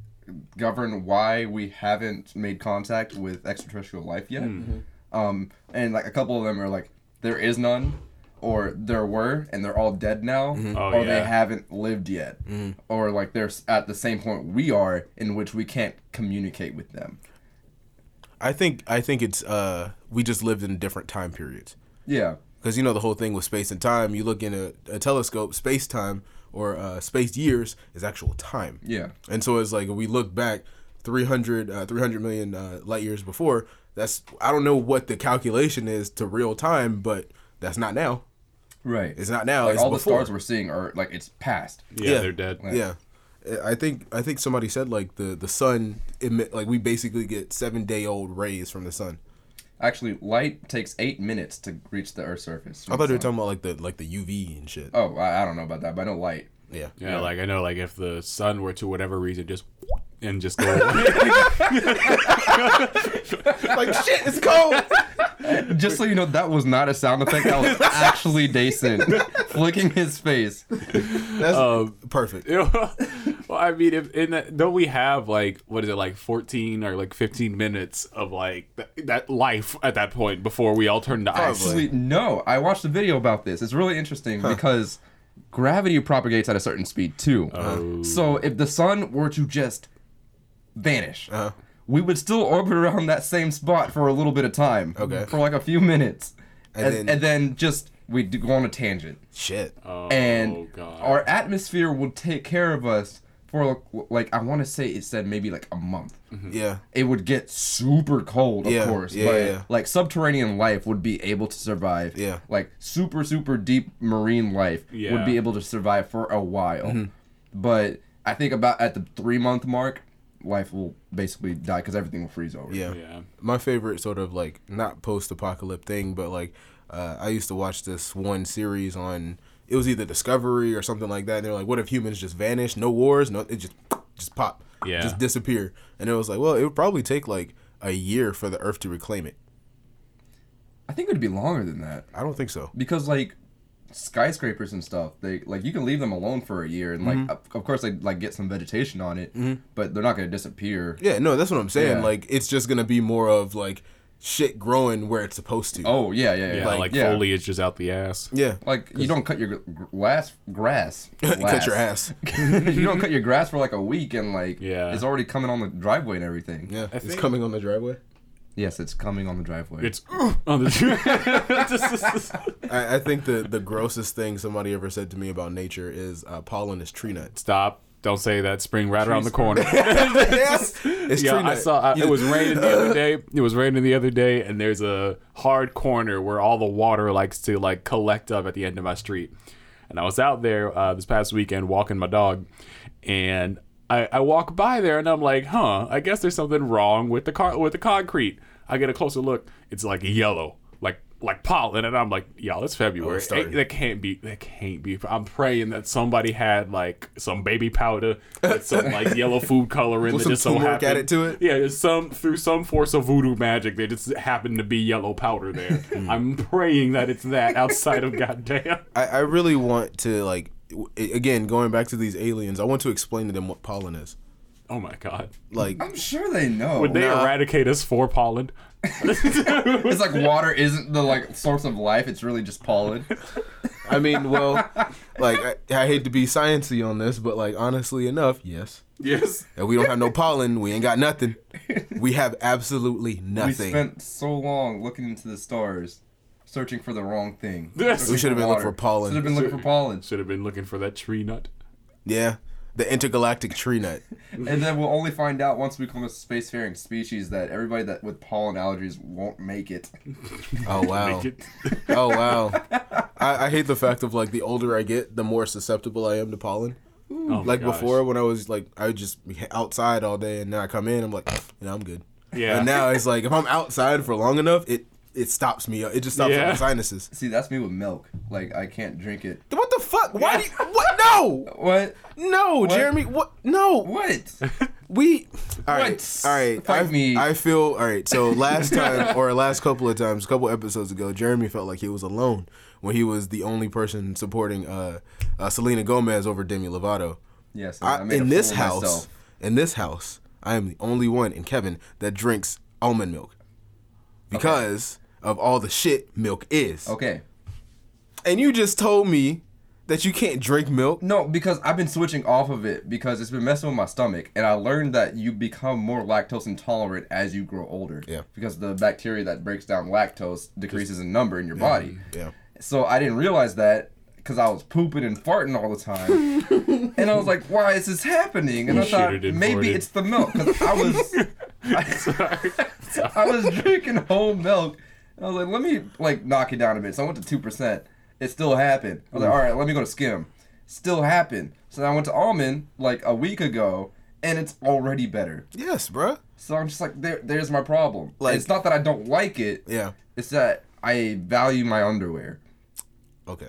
[SPEAKER 1] govern why we haven't made contact with extraterrestrial life yet.
[SPEAKER 2] Mm-hmm.
[SPEAKER 1] Um, and like a couple of them are like there is none, or there were and they're all dead now,
[SPEAKER 2] Mm-hmm.
[SPEAKER 3] Oh,
[SPEAKER 1] or they
[SPEAKER 3] yeah.
[SPEAKER 1] haven't lived yet, or like they're s- at the same point we are in which we can't communicate with them.
[SPEAKER 2] I think I think it's uh we just lived in different time periods.
[SPEAKER 1] Yeah,
[SPEAKER 2] because you know the whole thing with space and time. You look in a, a telescope, space time or uh, space years is actual time.
[SPEAKER 1] yeah,
[SPEAKER 2] And so it's like we look back 300, uh, 300 million uh, light years before. That's I don't know what the calculation is to real time, but that's not now.
[SPEAKER 1] right.
[SPEAKER 2] It's not now.
[SPEAKER 1] like
[SPEAKER 2] it's
[SPEAKER 1] all the
[SPEAKER 2] before.
[SPEAKER 1] stars we're seeing are like it's past.
[SPEAKER 3] Yeah,
[SPEAKER 2] Yeah.
[SPEAKER 3] they're dead.
[SPEAKER 2] yeah. I think I think somebody said like the the sun emit like we basically get seven day old rays from the sun.
[SPEAKER 1] Actually, light takes eight minutes to reach the Earth's surface.
[SPEAKER 2] I thought you were talking about like the like the UV and shit.
[SPEAKER 1] Oh, I, I don't know about that, but I know light.
[SPEAKER 2] Yeah.
[SPEAKER 3] Yeah, like I know, like if the sun were to whatever reason just and just go (laughs) away.
[SPEAKER 2] like shit,
[SPEAKER 1] (laughs)
[SPEAKER 2] it's cold.
[SPEAKER 1] (laughs) Just so you know, that was not a sound effect. That (laughs) was actually Dason (laughs) flicking his face.
[SPEAKER 2] That's
[SPEAKER 1] Um,
[SPEAKER 2] perfect.
[SPEAKER 3] You know, well, I mean, if in that, don't we have like what is it like fourteen or like fifteen minutes of like th- that life at that point before we all turn to ice?
[SPEAKER 1] Actually, no. I watched a video about this. It's really interesting because gravity propagates at a certain speed too. So if the sun were to just vanish, we would still orbit around that same spot for a little bit of time.
[SPEAKER 2] Okay.
[SPEAKER 1] For like a few minutes,
[SPEAKER 2] And
[SPEAKER 1] and,
[SPEAKER 2] then-
[SPEAKER 1] and then, just we would go on a tangent,
[SPEAKER 2] Shit.
[SPEAKER 3] Oh,
[SPEAKER 1] and
[SPEAKER 3] God.
[SPEAKER 1] our atmosphere will take care of us for like I want to say it said maybe like a month
[SPEAKER 2] Yeah.
[SPEAKER 1] it would get super cold, of
[SPEAKER 2] Yeah,
[SPEAKER 1] course.
[SPEAKER 2] yeah,
[SPEAKER 1] but
[SPEAKER 2] yeah.
[SPEAKER 1] like subterranean life would be able to survive.
[SPEAKER 2] Yeah.
[SPEAKER 1] Like super, super deep marine life
[SPEAKER 3] Yeah.
[SPEAKER 1] would be able to survive for a while.
[SPEAKER 2] Mm-hmm.
[SPEAKER 1] But I think about at the three month mark, life will basically die because everything will freeze over.
[SPEAKER 2] Yeah.
[SPEAKER 3] yeah,
[SPEAKER 2] my favorite sort of like not post-apocalyptic thing, but like uh, I used to watch this one series on it was either Discovery or something like that, and they're like, "What if humans just vanish? No wars, no it just just pop,
[SPEAKER 3] Yeah.
[SPEAKER 2] just disappear." And it was like, well, it would probably take like a year for the Earth to reclaim it.
[SPEAKER 1] I think it would be longer than that
[SPEAKER 2] I don't think so.
[SPEAKER 1] because like skyscrapers and stuff they like you can leave them alone for a year and like
[SPEAKER 2] Mm-hmm.
[SPEAKER 1] of, of course they like get some vegetation on it but they're not going to disappear
[SPEAKER 2] Yeah, no, that's what I'm saying.
[SPEAKER 1] Yeah.
[SPEAKER 2] Like, it's just gonna be more of like shit growing where it's supposed to.
[SPEAKER 1] oh yeah yeah yeah,
[SPEAKER 3] yeah, like, foliage just out the ass.
[SPEAKER 2] Yeah, (laughs)
[SPEAKER 1] Like you don't cut your gr- grass, grass.
[SPEAKER 2] cut your ass.
[SPEAKER 1] (laughs) you don't cut your grass for like a week, and like
[SPEAKER 3] Yeah.
[SPEAKER 1] it's already coming on the driveway and everything.
[SPEAKER 2] Yeah, it's
[SPEAKER 3] think-
[SPEAKER 2] coming on the driveway.
[SPEAKER 1] Yes, it's coming on the driveway.
[SPEAKER 3] It's on the
[SPEAKER 2] I, I think the the grossest thing somebody ever said to me about nature is uh, pollen is tree
[SPEAKER 3] (laughs)
[SPEAKER 2] nuts.
[SPEAKER 3] (laughs) stop. Don't say that. Spring right around the corner.
[SPEAKER 2] yes. (laughs) It's
[SPEAKER 3] Yeah,
[SPEAKER 2] tree
[SPEAKER 3] I
[SPEAKER 2] nut.
[SPEAKER 3] saw. I,
[SPEAKER 2] Yeah.
[SPEAKER 3] it was raining the other day. It was raining the other day, and there's a hard corner where all the water likes to like collect up at the end of my street. And I was out there uh, this past weekend walking my dog, and I, I walk by there, and I'm like, huh, I guess there's something wrong with the car with the concrete. I get a closer look. It's like yellow, like like pollen, and I'm like, y'all, it's February.
[SPEAKER 2] it's starting.
[SPEAKER 3] Ain't- that can't be. That can't be. I'm praying that somebody had like some baby powder, with some like yellow food coloring
[SPEAKER 2] With
[SPEAKER 3] that
[SPEAKER 2] some
[SPEAKER 3] just so
[SPEAKER 2] turmeric
[SPEAKER 3] happened.
[SPEAKER 2] added to it?
[SPEAKER 3] Yeah, there's some through some force of voodoo magic, there just happened to be yellow
[SPEAKER 2] (laughs)
[SPEAKER 3] powder there.
[SPEAKER 2] Hmm.
[SPEAKER 3] I'm praying that it's that outside of (laughs) goddamn.
[SPEAKER 2] I, I really want to like w- again going back to these aliens. I want to explain to them what pollen is.
[SPEAKER 3] Oh my god.
[SPEAKER 2] Like
[SPEAKER 1] I'm sure they know.
[SPEAKER 3] Would they
[SPEAKER 2] Nah.
[SPEAKER 3] eradicate us
[SPEAKER 2] (laughs)
[SPEAKER 3] for pollen?
[SPEAKER 1] it's
[SPEAKER 3] (laughs)
[SPEAKER 1] like water isn't the like source of life. It's really just
[SPEAKER 2] (laughs)
[SPEAKER 1] pollen.
[SPEAKER 2] I mean, well, like I, I hate to be sciency on this, but like honestly enough, yes.
[SPEAKER 3] yes.
[SPEAKER 2] If we don't have no pollen, we ain't got nothing. We have absolutely
[SPEAKER 1] we
[SPEAKER 2] nothing. We,
[SPEAKER 1] spent so long looking into the stars, searching for the wrong thing.
[SPEAKER 3] Yes. We
[SPEAKER 2] should have been looking for pollen.
[SPEAKER 1] Should have been looking for
[SPEAKER 3] (laughs)
[SPEAKER 1] pollen,
[SPEAKER 3] Should have been looking for that tree nut.
[SPEAKER 2] yeah, the intergalactic tree nut.
[SPEAKER 1] and then we'll only find out once we become a spacefaring species that everybody that with pollen allergies won't make it. (laughs)
[SPEAKER 2] Oh wow. (laughs)
[SPEAKER 3] Make it-
[SPEAKER 2] Oh wow. I, I hate the fact of like the older I get, the more susceptible I am to pollen.
[SPEAKER 3] Oh my
[SPEAKER 2] like
[SPEAKER 3] gosh.
[SPEAKER 2] before when I was like I would just be outside all day and now I come in I'm like you know I'm good
[SPEAKER 3] Yeah.
[SPEAKER 2] and now it's like if I'm outside for long enough it it stops me it just stops
[SPEAKER 3] Yeah.
[SPEAKER 2] my sinuses
[SPEAKER 1] See, that's me with milk. Like I can't drink it.
[SPEAKER 2] what the fuck why do you, what no
[SPEAKER 1] What?
[SPEAKER 2] no Jeremy what no
[SPEAKER 1] What?
[SPEAKER 2] we all right
[SPEAKER 1] What?
[SPEAKER 2] all right
[SPEAKER 1] Fight
[SPEAKER 2] I,
[SPEAKER 1] me.
[SPEAKER 2] I feel all right so
[SPEAKER 1] (laughs)
[SPEAKER 2] last time or last couple of times a couple episodes ago Jeremy felt like he was alone when he was the only person supporting uh, uh Selena Gomez over Demi Lovato
[SPEAKER 1] Yes.
[SPEAKER 2] I,
[SPEAKER 1] made a
[SPEAKER 2] in this
[SPEAKER 1] fool of
[SPEAKER 2] house,
[SPEAKER 1] myself.
[SPEAKER 2] in this house, I am the only one in Kevin that drinks almond milk because of all the shit milk is.
[SPEAKER 1] Okay.
[SPEAKER 2] And you just told me that you can't drink milk.
[SPEAKER 1] No, because I've been switching off of it because it's been messing with my stomach, and I learned that you become more lactose intolerant as you grow older.
[SPEAKER 2] Yeah.
[SPEAKER 1] Because the bacteria that breaks down lactose decreases in number in your body.
[SPEAKER 2] Yeah.
[SPEAKER 1] So I didn't realize that because I was pooping and farting all the time, and I was like, "Why is this happening?" And I
[SPEAKER 3] shit
[SPEAKER 1] thought
[SPEAKER 3] it and
[SPEAKER 1] maybe
[SPEAKER 3] farted.
[SPEAKER 1] it's the milk because I
[SPEAKER 3] (laughs)
[SPEAKER 1] was.
[SPEAKER 3] Sorry.
[SPEAKER 1] (laughs) I was drinking whole milk. And I was like,
[SPEAKER 3] Mm.
[SPEAKER 1] let me like knock it down a bit. So I went to two percent. It still happened. I was like, all right, let me go to skim. still happen. So I went to Almond like a week ago, and it's already better.
[SPEAKER 2] Yes, bruh.
[SPEAKER 1] So I'm just like, there, there's my problem.
[SPEAKER 2] Like-
[SPEAKER 1] Like, it's not that I don't like it.
[SPEAKER 2] Yeah.
[SPEAKER 1] It's that I value my underwear
[SPEAKER 2] Okay.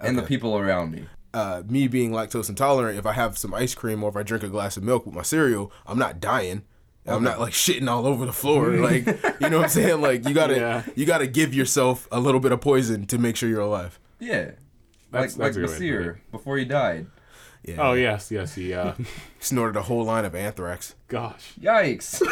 [SPEAKER 1] and the people around me.
[SPEAKER 2] Uh, me being lactose intolerant, if I have some ice cream or if I drink a glass of milk with my cereal, I'm not dying. I'm not like shitting all over the floor. Like, you know what I'm saying? Like, you gotta
[SPEAKER 3] Yeah.
[SPEAKER 2] you gotta give yourself a little bit of poison to make sure you're alive.
[SPEAKER 1] Yeah.
[SPEAKER 3] That's-
[SPEAKER 1] like
[SPEAKER 3] that's a
[SPEAKER 1] like
[SPEAKER 3] good way to put
[SPEAKER 1] Basir before he died.
[SPEAKER 2] Yeah.
[SPEAKER 3] Oh yes, yes. He,
[SPEAKER 2] (laughs)
[SPEAKER 3] uh,
[SPEAKER 2] Snorted a whole line of anthrax.
[SPEAKER 3] gosh, (laughs)
[SPEAKER 1] Yikes.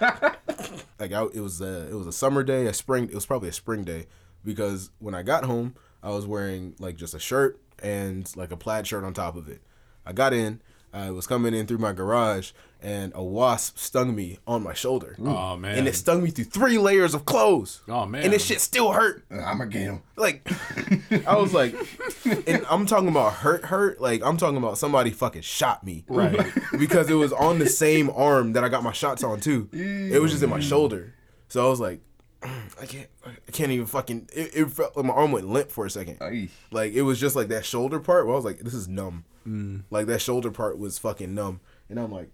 [SPEAKER 2] like I, it was a it was a summer day, a spring. It was probably a spring day because when I got home, I was wearing like just a shirt and like a plaid shirt on top of it. I got in. I was coming in through my garage, and a wasp stung me on my shoulder.
[SPEAKER 3] Aw, Oh, man.
[SPEAKER 2] And it stung me through three layers of clothes.
[SPEAKER 3] Aw, man.
[SPEAKER 2] And this shit still hurt.
[SPEAKER 1] I'm a game.
[SPEAKER 2] Like, I was like, and I'm talking about hurt, hurt. Like, I'm talking about somebody fucking shot me.
[SPEAKER 3] Right.
[SPEAKER 2] because it was on the same arm that I got my shots on, too. It was just in my shoulder. So I was like, (clears throat) I can't, I can't even fucking, it, it felt like my arm went limp for a second.
[SPEAKER 1] Ay.
[SPEAKER 2] Like, it was just like that shoulder part where I was like, this is numb.
[SPEAKER 3] Mm.
[SPEAKER 2] Like, that shoulder part was fucking numb. And I'm like,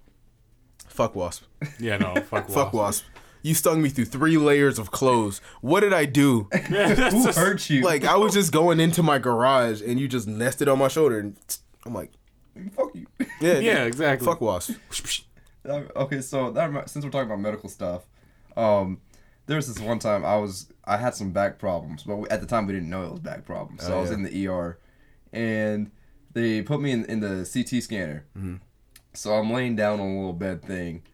[SPEAKER 2] fuck wasp.
[SPEAKER 3] yeah, no,
[SPEAKER 2] (laughs)
[SPEAKER 3] fuck,
[SPEAKER 2] Fuck
[SPEAKER 3] wasp.
[SPEAKER 2] wasp. You stung me through three layers of clothes. What did I do?
[SPEAKER 3] Yeah, (laughs) that's
[SPEAKER 1] Who
[SPEAKER 3] just-
[SPEAKER 1] hurt you?
[SPEAKER 2] like I was just going into my garage and you just nested on my shoulder and I'm like,
[SPEAKER 1] fuck you. (laughs)
[SPEAKER 2] yeah,
[SPEAKER 3] Yeah, exactly.
[SPEAKER 2] Fuck wasp.
[SPEAKER 1] Um, okay, so that remi- since we're talking about medical stuff, um, there was this one time I was I had some back problems, but we, at the time we didn't know it was back problems. So
[SPEAKER 2] Oh,
[SPEAKER 1] I was
[SPEAKER 2] yeah.
[SPEAKER 1] in the ER, and they put me in, in the CT scanner. So I'm laying down on a little bed thing,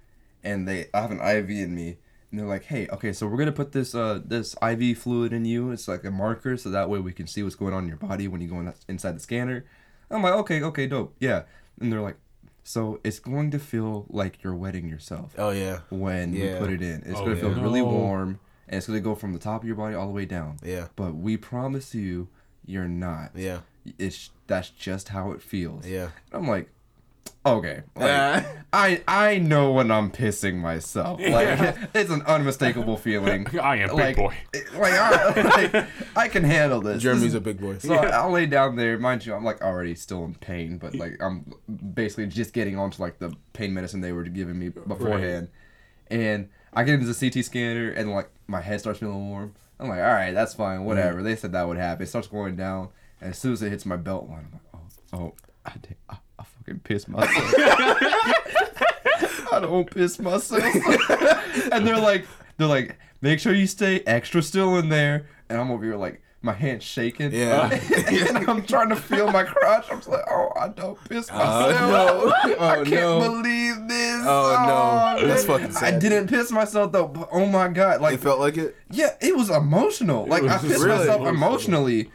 [SPEAKER 1] and they I have an IV in me, and they're like, "Hey, okay, so we're gonna put this uh this IV fluid in you. It's like a marker, so that way we can see what's going on in your body when you go in, inside the scanner." I'm like, "Okay, okay, dope, yeah." And they're like, "So it's going to feel like you're wetting yourself
[SPEAKER 2] Oh yeah,
[SPEAKER 1] when
[SPEAKER 2] Yeah.
[SPEAKER 1] you put it in. It's
[SPEAKER 3] Oh,
[SPEAKER 1] gonna feel
[SPEAKER 3] yeah.
[SPEAKER 1] really
[SPEAKER 3] No.
[SPEAKER 1] warm, and it's gonna go from the top of your body all the way down.
[SPEAKER 2] Yeah.
[SPEAKER 1] But we promise you, you're not.
[SPEAKER 2] yeah,
[SPEAKER 1] It's that's just how it feels.
[SPEAKER 2] yeah.
[SPEAKER 1] I'm like, okay. Like,
[SPEAKER 2] Uh.
[SPEAKER 1] I I know when I'm pissing myself. Like (laughs)
[SPEAKER 3] Yeah.
[SPEAKER 1] it's an unmistakable
[SPEAKER 3] (laughs)
[SPEAKER 1] feeling.
[SPEAKER 3] I am big
[SPEAKER 1] like,
[SPEAKER 3] boy.
[SPEAKER 1] it- Like I, (laughs) like, I can handle this.
[SPEAKER 2] Jeremy's
[SPEAKER 1] This
[SPEAKER 2] a big boy. (laughs)
[SPEAKER 1] is- so I, I lay down there, mind you, I'm like already still in pain, but like I'm basically just getting onto like the pain medicine they were giving me beforehand. And I get into the CT scanner and like my head starts feeling warm. I'm like, all right, that's fine, whatever. They said that would happen. It starts going down, and as soon as it hits my belt line, I'm like, oh, oh, I did, I, I fucking pissed myself. I don't piss myself. (laughs) and they're like, they're like, make sure you stay extra still in there. And I'm over here like, my hand's shaking.
[SPEAKER 2] Yeah.
[SPEAKER 1] (laughs) and I'm trying to feel my crotch. I'm just like, oh, I don't piss myself.
[SPEAKER 2] Uh, Oh, no.
[SPEAKER 1] I
[SPEAKER 2] Oh,
[SPEAKER 1] can't
[SPEAKER 2] no.
[SPEAKER 1] believe this.
[SPEAKER 2] Oh, no. That's
[SPEAKER 1] man.
[SPEAKER 2] fucking sad.
[SPEAKER 1] I didn't piss myself though. But oh my god,
[SPEAKER 2] It
[SPEAKER 1] like,
[SPEAKER 2] felt like it.
[SPEAKER 1] yeah, it was emotional. Like I
[SPEAKER 3] was
[SPEAKER 1] pissed
[SPEAKER 2] really
[SPEAKER 1] myself
[SPEAKER 3] emotional.
[SPEAKER 1] emotionally.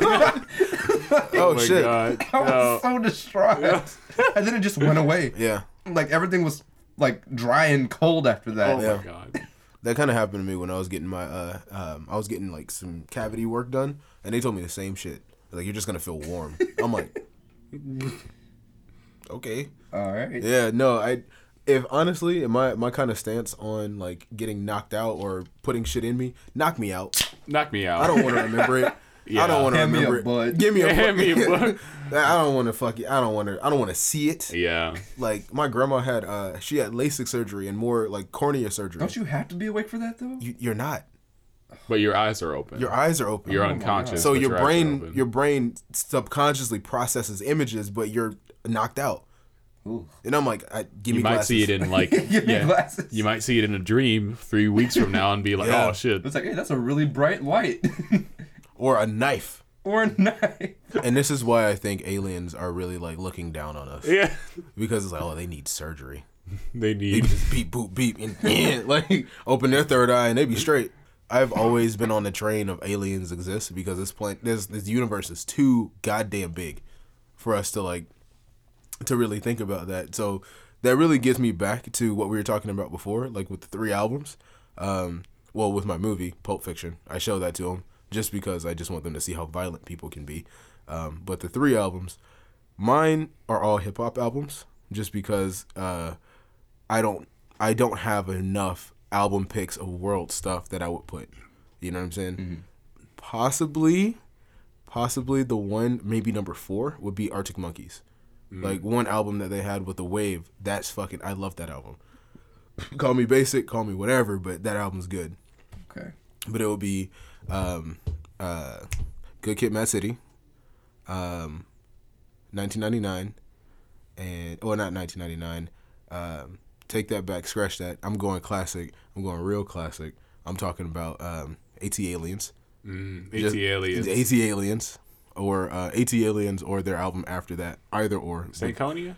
[SPEAKER 2] Oh,
[SPEAKER 3] my
[SPEAKER 2] (laughs) shit.
[SPEAKER 3] God.
[SPEAKER 1] I was
[SPEAKER 3] No.
[SPEAKER 1] so distraught, (laughs) and then it just went away.
[SPEAKER 2] Yeah,
[SPEAKER 1] Like everything was like dry and cold after that.
[SPEAKER 3] Oh
[SPEAKER 2] Yeah.
[SPEAKER 3] my god.
[SPEAKER 2] that kind of happened to me when I was getting my uh, um, I was getting like some cavity work done, and they told me the same shit. Like you're just gonna feel warm. I'm like, (laughs) okay.
[SPEAKER 1] All right.
[SPEAKER 2] Yeah, no, I if honestly my my kind of stance on like getting knocked out or putting shit in me, knock me out.
[SPEAKER 3] Knock me out.
[SPEAKER 2] I don't want to
[SPEAKER 1] (laughs)
[SPEAKER 2] remember it. I
[SPEAKER 3] Yeah.
[SPEAKER 2] don't want to
[SPEAKER 1] Hand me a
[SPEAKER 2] remember it.
[SPEAKER 1] bud.
[SPEAKER 2] Give me a
[SPEAKER 3] Hand me
[SPEAKER 2] (laughs)
[SPEAKER 3] a
[SPEAKER 2] bud.
[SPEAKER 3] bud.
[SPEAKER 2] I don't want to fuck it. I don't want to. I don't want to see it.
[SPEAKER 3] Yeah.
[SPEAKER 2] Like my grandma had, uh, she had LASIK surgery and more like cornea surgery.
[SPEAKER 1] Don't you have to be awake for that though?
[SPEAKER 2] you? You're not.
[SPEAKER 3] But your eyes are open.
[SPEAKER 2] Your eyes are open.
[SPEAKER 3] You're
[SPEAKER 1] Oh my
[SPEAKER 3] unconscious.
[SPEAKER 2] Oh so
[SPEAKER 3] but
[SPEAKER 2] your
[SPEAKER 3] eyes are
[SPEAKER 2] brain,
[SPEAKER 3] open.
[SPEAKER 2] your brain subconsciously processes images, but you're knocked out.
[SPEAKER 1] Ooh.
[SPEAKER 2] And I'm like, I, give me
[SPEAKER 3] you might
[SPEAKER 2] glasses.
[SPEAKER 3] see it in
[SPEAKER 2] (laughs)
[SPEAKER 1] (laughs)
[SPEAKER 3] like
[SPEAKER 1] Give me
[SPEAKER 3] yeah.
[SPEAKER 1] glasses.
[SPEAKER 3] You might see it in a dream three weeks from now and be like,
[SPEAKER 2] Yeah.
[SPEAKER 3] oh shit.
[SPEAKER 1] It's like, hey, that's a really bright light. (laughs)
[SPEAKER 2] or a knife.
[SPEAKER 1] or a knife.
[SPEAKER 2] And this is why I think aliens are really like looking down on us
[SPEAKER 3] (laughs) Yeah.
[SPEAKER 2] because it's like, oh, they need surgery.
[SPEAKER 3] They
[SPEAKER 2] They
[SPEAKER 3] need.
[SPEAKER 2] just (laughs) beep, boop, beep, and like open their third eye and they be straight. I've always been on the train of aliens exist because this planet, this this universe is too goddamn big for us to like to really think about that. So that really gets me back to what we were talking about before, like with the three albums. Um, well, with my movie Pulp Fiction, I show that to them just because I just want them to see how violent people can be. Um, but the three albums, mine are all hip hop albums, just because uh, I don't I don't have enough album picks of world stuff that I would put. You know what I'm saying? Possibly, possibly the one, maybe number four, would be Arctic Monkeys. Like one album that they had with the Wave. That's fucking. I love that album. (laughs) call me basic, call me whatever, but that album's good.
[SPEAKER 1] Okay.
[SPEAKER 2] But it would be, um, uh, Good Kid, Mad City, um, 1999, and oh, not 1999. Um, take that back, scratch that. I'm going classic. I'm going real classic. I'm talking about um, AT Aliens.
[SPEAKER 3] AT Aliens.
[SPEAKER 2] AT Aliens or uh, AT Aliens or their album after that, either or.
[SPEAKER 3] Stankonia?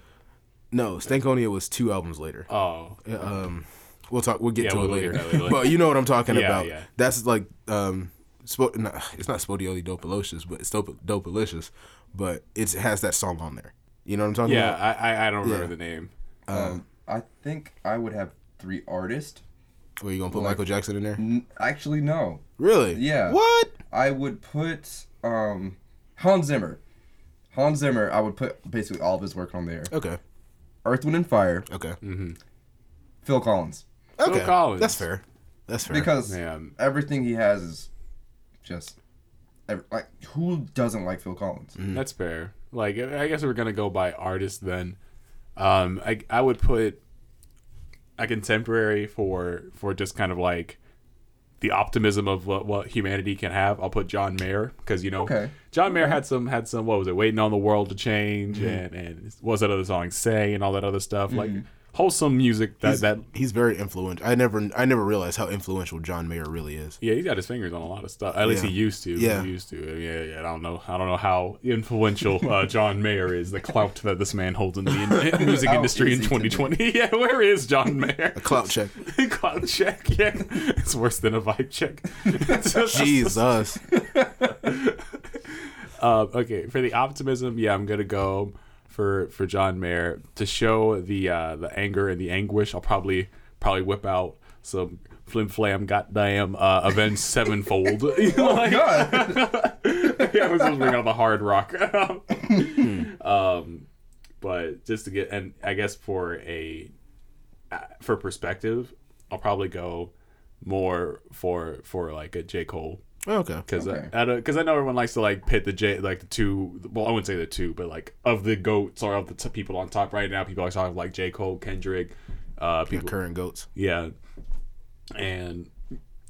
[SPEAKER 2] No, Stankonia was two albums later.
[SPEAKER 3] Oh.
[SPEAKER 2] Um, we'll talk. We'll get
[SPEAKER 3] Yeah,
[SPEAKER 2] to
[SPEAKER 3] we'll-
[SPEAKER 2] it
[SPEAKER 3] we'll
[SPEAKER 2] later.
[SPEAKER 3] get to that later.
[SPEAKER 2] but you know what I'm talking
[SPEAKER 3] Yeah,
[SPEAKER 2] about.
[SPEAKER 3] yeah.
[SPEAKER 2] That's like um, Spo- no, it's not Spodioli Dopalicious, but it's Dope Dopalicious, but it's, it has that song on there. You know what I'm talking
[SPEAKER 3] Yeah,
[SPEAKER 2] about?
[SPEAKER 3] I, I, I don't remember
[SPEAKER 2] Yeah.
[SPEAKER 3] the name.
[SPEAKER 1] Um, I think I would have three artists.
[SPEAKER 2] Where you gonna put Michael Jackson in there?
[SPEAKER 1] N- actually, no.
[SPEAKER 2] Really?
[SPEAKER 1] Yeah.
[SPEAKER 2] What?
[SPEAKER 1] I would put um, Hans Zimmer. Hans Zimmer. I would put basically all of his work on there.
[SPEAKER 2] Okay.
[SPEAKER 1] Earth, Wind, and Fire.
[SPEAKER 2] Okay.
[SPEAKER 1] Phil Collins.
[SPEAKER 2] Okay.
[SPEAKER 3] Collins.
[SPEAKER 2] That's fair. That's fair.
[SPEAKER 1] Because
[SPEAKER 3] Man.
[SPEAKER 1] everything he has is just ev- like who doesn't like Phil Collins?
[SPEAKER 3] That's fair. Like I I guess we're gonna go by artist then. Um, I I would put a contemporary for for just kind of like the optimism of what, what humanity can have. I'll put John Mayer because you know
[SPEAKER 1] Okay. Mm-hmm.
[SPEAKER 3] John Mayer had some had some what was it waiting on the world to change and and what was that other song say and all that other stuff like wholesome music that that
[SPEAKER 2] he's very influential. I never I never realized how influential John Mayer really is.
[SPEAKER 3] Yeah, he's got his fingers on a lot of stuff. At least
[SPEAKER 2] Yeah.
[SPEAKER 3] he used to.
[SPEAKER 2] Yeah.
[SPEAKER 3] He used to. Yeah, yeah. I don't know. I don't know how influential uh, John Mayer is. The clout that this man holds in the in- music
[SPEAKER 1] How
[SPEAKER 3] industry
[SPEAKER 1] is
[SPEAKER 3] in
[SPEAKER 1] he to me?
[SPEAKER 3] 2020. (laughs) Yeah, where is John Mayer?
[SPEAKER 2] A clout check.
[SPEAKER 3] (laughs) clout check. Yeah, it's worse than a vibe check. (laughs)
[SPEAKER 2] Jesus.
[SPEAKER 3] Um, okay, for the optimism, yeah, I'm gonna go for for John Mayer to show the uh, the anger and the anguish. I'll probably probably whip out some flim flam, goddamn, uh, Avenged Sevenfold. (laughs) You know, like-
[SPEAKER 1] God,
[SPEAKER 3] (laughs) yeah, I was supposed to bring out the hard rock. (laughs) um, but just to get, and I guess for a uh, for perspective, I'll probably go more for for like a J Cole
[SPEAKER 2] okay.
[SPEAKER 3] because
[SPEAKER 1] Okay.
[SPEAKER 3] I because I, know everyone likes to like pit the J like the two. Well, I wouldn't say the two, but like of the goats or of the t- people on top right now, people are talking like J Cole, Kendrick, uh, people
[SPEAKER 2] Current goats.
[SPEAKER 3] yeah. And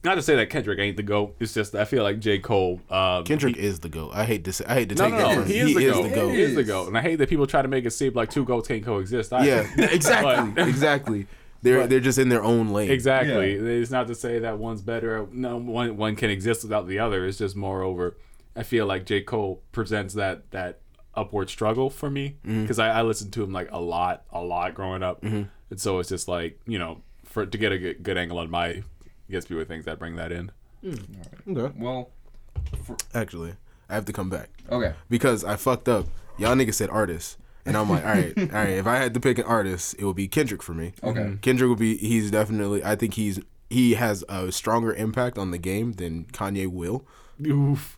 [SPEAKER 3] not to say that Kendrick ain't the GOAT. It's just I feel like J. Cole. Um,
[SPEAKER 2] Kendrick is the goat. I hate to say, I hate to
[SPEAKER 3] no,
[SPEAKER 2] take
[SPEAKER 3] no,
[SPEAKER 2] that
[SPEAKER 3] no.
[SPEAKER 2] from
[SPEAKER 3] He,
[SPEAKER 2] him.
[SPEAKER 3] is, the
[SPEAKER 2] is
[SPEAKER 3] GOAT.
[SPEAKER 2] the goat.
[SPEAKER 3] He is the GOAT. And I hate that people try to make it seem like two GOATs can't coexist. I,
[SPEAKER 2] Yeah, exactly,
[SPEAKER 3] But-
[SPEAKER 2] exactly. They're they're just in their own lane.
[SPEAKER 3] (laughs) exactly.
[SPEAKER 1] Yeah.
[SPEAKER 3] It's not to say that one's better. No one one can exist without the other. It's just moreover, I feel like J. Cole presents that that upward struggle for me because I, I listened to him like a lot, a lot growing up, and so it's just like you know for to get a good, good angle on my gets people things that bring that in.
[SPEAKER 2] Okay.
[SPEAKER 1] (laughs) well,
[SPEAKER 2] Actually, I have to come back
[SPEAKER 1] okay.
[SPEAKER 2] because I fucked up. Y'all niggas said artists, and I'm like, all
[SPEAKER 3] (laughs)
[SPEAKER 2] right, all right. If I had to pick an artist, it would be Kendrick for me.
[SPEAKER 1] Okay.
[SPEAKER 2] Kendrick would be. He's definitely. I think he's he has a stronger impact on the game than Kanye will.
[SPEAKER 3] Oof.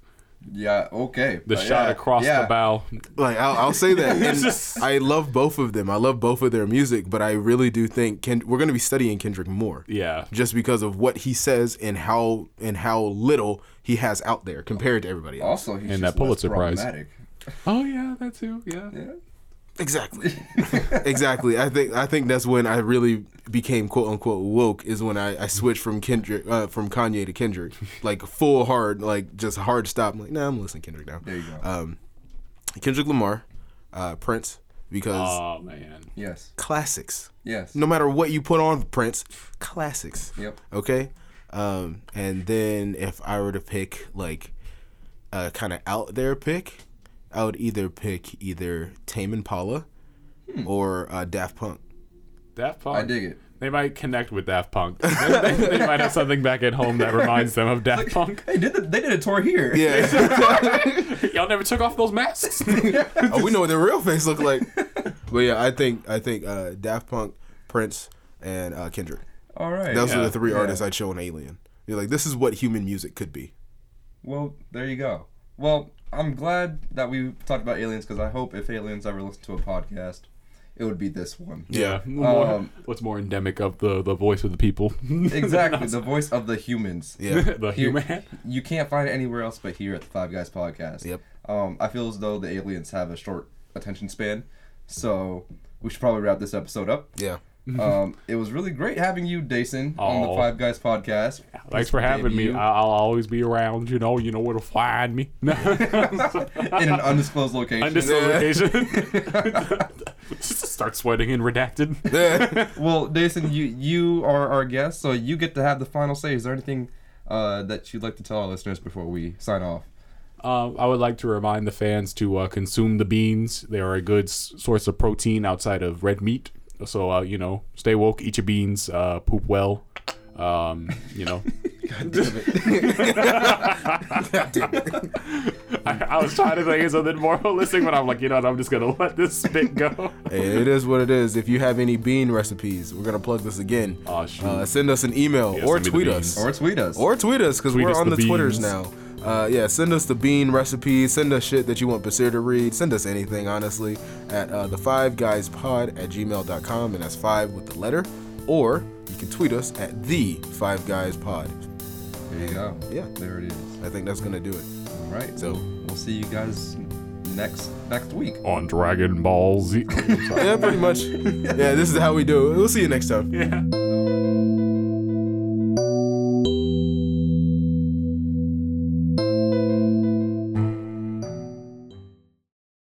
[SPEAKER 1] Yeah. Okay.
[SPEAKER 3] the
[SPEAKER 1] Uh,
[SPEAKER 3] shot
[SPEAKER 1] yeah,
[SPEAKER 3] across
[SPEAKER 1] yeah.
[SPEAKER 3] the bow.
[SPEAKER 2] Like I'll, I'll say
[SPEAKER 3] (laughs)
[SPEAKER 2] that. And
[SPEAKER 3] Just-
[SPEAKER 2] I love both of them. I love both of their music, but I really do think Kend- we're going to be studying Kendrick more.
[SPEAKER 3] Yeah.
[SPEAKER 2] just because of what he says and how and how little he has out there compared to everybody else.
[SPEAKER 1] Also, he's
[SPEAKER 3] And
[SPEAKER 1] just
[SPEAKER 3] that Pulitzer
[SPEAKER 1] less
[SPEAKER 3] Prize.
[SPEAKER 1] problematic.
[SPEAKER 3] Oh yeah, that too. Yeah.
[SPEAKER 2] Exactly. exactly. I think I think that's when I really became quote unquote woke is when I, I switched from Kendrick uh, from Kanye to Kendrick like full hard like just hard stop. I'm like nah, I'm listening to Kendrick now.
[SPEAKER 1] There you go.
[SPEAKER 2] Um, Kendrick Lamar, uh, Prince because
[SPEAKER 3] Oh man.
[SPEAKER 1] Yes.
[SPEAKER 2] classics.
[SPEAKER 1] Yes.
[SPEAKER 2] No matter what you put on Prince, classics.
[SPEAKER 1] Yep.
[SPEAKER 2] Okay. Um, and then if I were to pick like a kind of out there pick, I would either pick either Tame Impala
[SPEAKER 3] Hmm.
[SPEAKER 2] or uh, Daft Punk.
[SPEAKER 3] Daft Punk.
[SPEAKER 1] I dig it.
[SPEAKER 3] They might connect with Daft Punk. (laughs) they, they- they might have something back at home that reminds them of Daft Punk.
[SPEAKER 1] They did. The, they did a tour here.
[SPEAKER 2] Yeah.
[SPEAKER 3] (laughs) Y'all never took off those masks.
[SPEAKER 2] (laughs) oh, we know what their real face look
[SPEAKER 3] (laughs)
[SPEAKER 2] like. But yeah, I think I think uh, Daft Punk, Prince, and uh, Kendrick.
[SPEAKER 1] (laughs) All right.
[SPEAKER 2] Those are
[SPEAKER 3] Yeah.
[SPEAKER 2] the three artists I'd show an alien. You're like, this is what human music could be.
[SPEAKER 1] Well, there you go. Well, I'm glad that we talked about aliens because I hope if aliens ever listen to a podcast, it would be this
[SPEAKER 2] (laughs)
[SPEAKER 1] one.
[SPEAKER 3] (laughs) Yeah.
[SPEAKER 1] Um,
[SPEAKER 3] What's (laughs) more endemic of the, the voice of the people? (laughs)
[SPEAKER 1] Exactly, the voice of the humans.
[SPEAKER 2] Yeah.
[SPEAKER 3] the (laughs)
[SPEAKER 1] Here-
[SPEAKER 3] human.
[SPEAKER 1] You can't find it anywhere else but here at the Five Guys podcast.
[SPEAKER 2] Yep.
[SPEAKER 1] Um, I feel as though the aliens have a short attention span, so we should probably wrap this episode up.
[SPEAKER 2] Yeah.
[SPEAKER 1] (laughs) um, it was really great having you, Dason, on the
[SPEAKER 3] Aw.
[SPEAKER 1] Five Guys podcast.
[SPEAKER 3] Oh. Thanks for having me.
[SPEAKER 1] Debut
[SPEAKER 3] I- I'll always be around. You know, you know where to find me. (laughs)
[SPEAKER 1] (laughs)
[SPEAKER 3] No.
[SPEAKER 1] in an undisclosed location. (laughs)
[SPEAKER 3] (laughs) Undisclosed Start sweating and redacted.
[SPEAKER 2] Yeah.
[SPEAKER 1] well, Dason, you you are our guest, so you get to have the final say. Is there anything uh, that you'd like to tell our listeners before we sign off?
[SPEAKER 3] Um, I would like to remind the fans to uh, consume the beans. They are a good s- source of protein outside of red meat. So uh, you know, stay woke, eat your beans, uh, poop well. Um, you know, (laughs) I, I was trying to think of something more holistic, but I'm like, you know, what, I'm just gonna let this spit go.
[SPEAKER 2] Hey, it is what it is. If you have any bean recipes, we're gonna plug this again.
[SPEAKER 3] Aw, Ah, shoot.
[SPEAKER 2] Uh, send us an email
[SPEAKER 3] Yeah,
[SPEAKER 2] or
[SPEAKER 3] send me the
[SPEAKER 2] tweet
[SPEAKER 3] beans.
[SPEAKER 2] us.
[SPEAKER 1] Or tweet us.
[SPEAKER 2] Or tweet us because
[SPEAKER 3] Tweet
[SPEAKER 2] we're
[SPEAKER 3] us
[SPEAKER 2] on
[SPEAKER 3] the
[SPEAKER 2] the, Twitters
[SPEAKER 3] beans.
[SPEAKER 2] now. Uh, yeah, send us the bean recipes. Send us shit that you want Basir to read. Send us anything, honestly, at uh, the five guys pod at gmail.com, and that's five with the letter. Or you can tweet us at the five guys pod.
[SPEAKER 1] there you go.
[SPEAKER 2] Yeah.
[SPEAKER 1] There it is.
[SPEAKER 2] I think that's going to do it.
[SPEAKER 1] All right.
[SPEAKER 2] So-
[SPEAKER 1] we'll see you guys next next week.
[SPEAKER 3] On Dragon Ball Z. (laughs)
[SPEAKER 2] Yeah, pretty much. yeah, this is how we do it. We'll see you next time.
[SPEAKER 3] yeah.